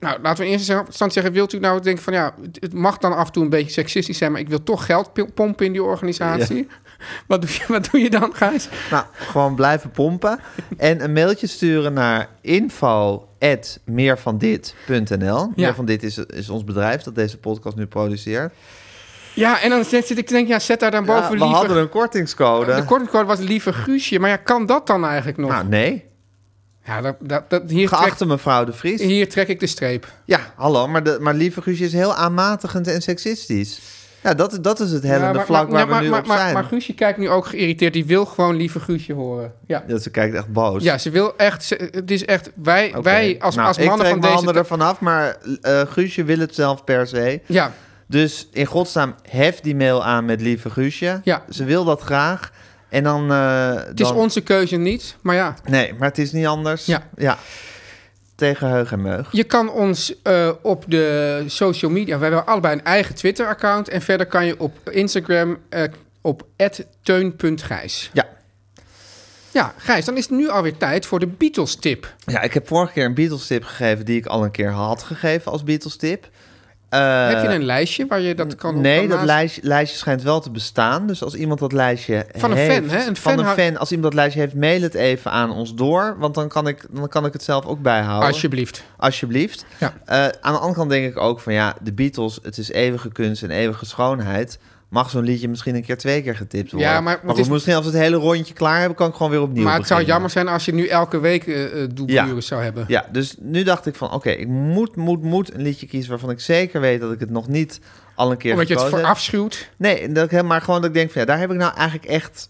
Nou, laten we in eerste instantie zeggen... Wilt u nou denken van... Ja, het- het mag dan af en toe een beetje seksistisch zijn... maar ik wil toch geld pi- pompen in die organisatie. Wat, doe je, wat doe je dan, Gijs? Nou, gewoon blijven pompen. En een mailtje sturen naar info.meervandit.nl. Meer van dit is, is ons bedrijf dat deze podcast nu produceert. Ja, en dan zit, zit ik te denken... Ja, zet daar dan Ja, boven we liever... hadden een kortingscode. De kortingcode was liever Guusje. Maar ja, kan dat dan eigenlijk nog? nou, nee. ja, dat, dat, dat, hier, trek, Geachte mevrouw de Vries. hier trek ik de streep. Ja, hallo, maar, de, maar lieve Guusje is heel aanmatigend en seksistisch. Ja, dat, dat is het hellende maar, vlak waar ja, maar- we nu maar- op maar- zijn. maar Guusje kijkt nu ook geïrriteerd. Die wil gewoon liever Guusje horen. Ja. ja, ze kijkt echt boos. Ja, ze wil echt. ze- het is echt. Wij, Oké. wij als, Nou, als ik mannen trek van mijn deze. handen ervan af, maar eh Guusje wil het zelf per se. ja, Dus in godsnaam, hef die mail aan met lieve Guusje. Ja. Ze wil dat graag. En dan... eh, het is dan- onze keuze niet. Maar ja, Nee, maar het is niet anders. Ja. Tegen heug en meug. je kan ons eh, op de social media. We hebben allebei een eigen Twitter-account. En verder kan je op Instagram eh, op teun.gijs. Ja. Ja, Gijs, dan is het nu alweer tijd voor de Beatles-tip. ja, ik heb vorige keer een Beatles-tip gegeven... die ik al een keer had gegeven als Beatles-tip. Eh, Heb je een lijstje waar je dat kan op Nee, kan dat naast- lijstje, lijstje schijnt wel te bestaan. Dus als iemand dat lijstje Van een heeft, fan, hè? Een fan van een hou- fan, als iemand dat lijstje heeft, mail het even aan ons door, want dan kan ik, dan kan ik het zelf ook bijhouden. Alsjeblieft. Alsjeblieft. Ja. Eh, aan de andere kant denk ik ook van ja, de Beatles, het is eeuwige kunst en eeuwige schoonheid. Mag zo'n liedje misschien een keer twee keer getipt worden? maar het goed, is- misschien als we het hele rondje klaar hebben, kan ik gewoon weer opnieuw. Maar het zou beginnen. jammer zijn als je nu elke week eh eh, doelburen Ja. zou hebben. Ja, dus nu dacht ik van oké, ik moet, moet, moet een liedje kiezen waarvan ik zeker weet dat ik het nog niet al een keer Omdat je het gekozen heb. verafschuwt. Nee, dat ik, helemaal- maar gewoon dat ik denk van ja, daar heb ik nou eigenlijk echt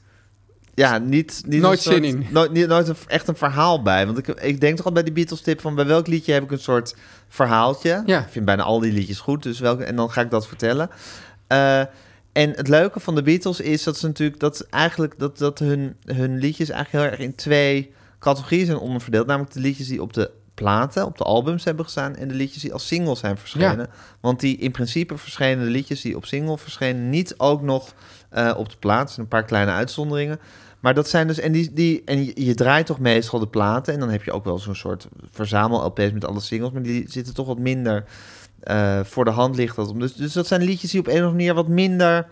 ja, niet, niet Nooit een soort- zin in. Nooit, niet- nooit een, echt een verhaal bij. Want ik, ik denk toch al bij die Beatles tip van bij welk liedje heb ik een soort verhaaltje. Ja. Ik vind bijna al die liedjes goed, dus welke, en dan ga ik dat vertellen. Eh, en het leuke van de Beatles is dat ze natuurlijk dat eigenlijk dat, dat hun, hun liedjes eigenlijk heel erg in twee categorieën zijn onderverdeeld. Namelijk de liedjes die op de platen, op de albums hebben gestaan en de liedjes die als singles zijn verschenen. Want die in principe verschenen liedjes die op single verschenen, niet ook nog eh, op de plaats. Een paar kleine uitzonderingen. Maar dat zijn dus, en, die, die, en je, je draait toch meestal de platen. En dan heb je ook wel zo'n soort verzamel-LP's met alle singles. Maar die zitten toch wat minder eh, voor de hand ligt dat om. Dus, dus dat zijn liedjes die op een of andere manier wat minder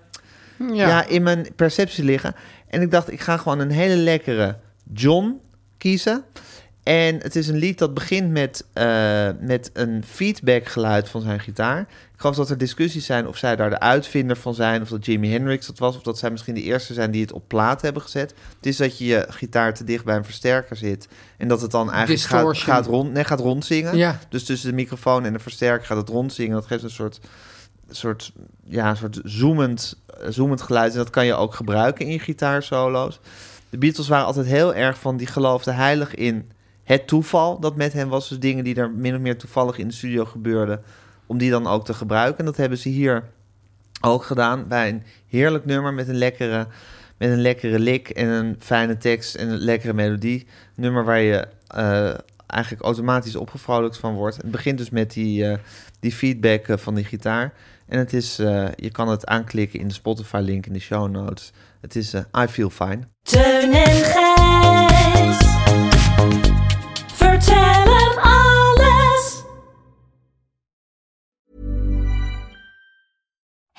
ja. Ja. in mijn perceptie liggen. En ik dacht, ik ga gewoon een hele lekkere John kiezen. En het is een lied dat begint met, eh, met een feedbackgeluid van zijn gitaar. Ik geloof dat er discussies zijn of zij daar de uitvinder van zijn... of dat Jimi Hendrix dat was... of dat zij misschien de eerste zijn die het op plaat hebben gezet. Het is dat je je gitaar te dicht bij een versterker zit... en dat het dan eigenlijk gaat, Distortion. gaat, rond, nee, gaat rondzingen. Ja. Dus tussen de microfoon en de versterker gaat het rondzingen. Dat geeft een soort soort, ja, een soort zoemend, eh, zoemend geluid. En dat kan je ook gebruiken in je gitaarsolo's. De Beatles waren altijd heel erg van, die geloofden heilig in het toeval dat met hen was. Dus dingen die er min of meer toevallig in de studio gebeurden, om die dan ook te gebruiken. En dat hebben ze hier ook gedaan bij een heerlijk nummer met een lekkere, met een lekkere lik en een fijne tekst en een lekkere melodie. Een nummer waar je eh, eigenlijk automatisch opgevrolijkt van wordt. Het begint dus met die, eh, die feedback eh, van die gitaar. En het is, eh, je kan het aanklikken in de Spotify-link in de show notes. Het is eh, I Feel Fine. Teun en Gijs. Vertel hem alles.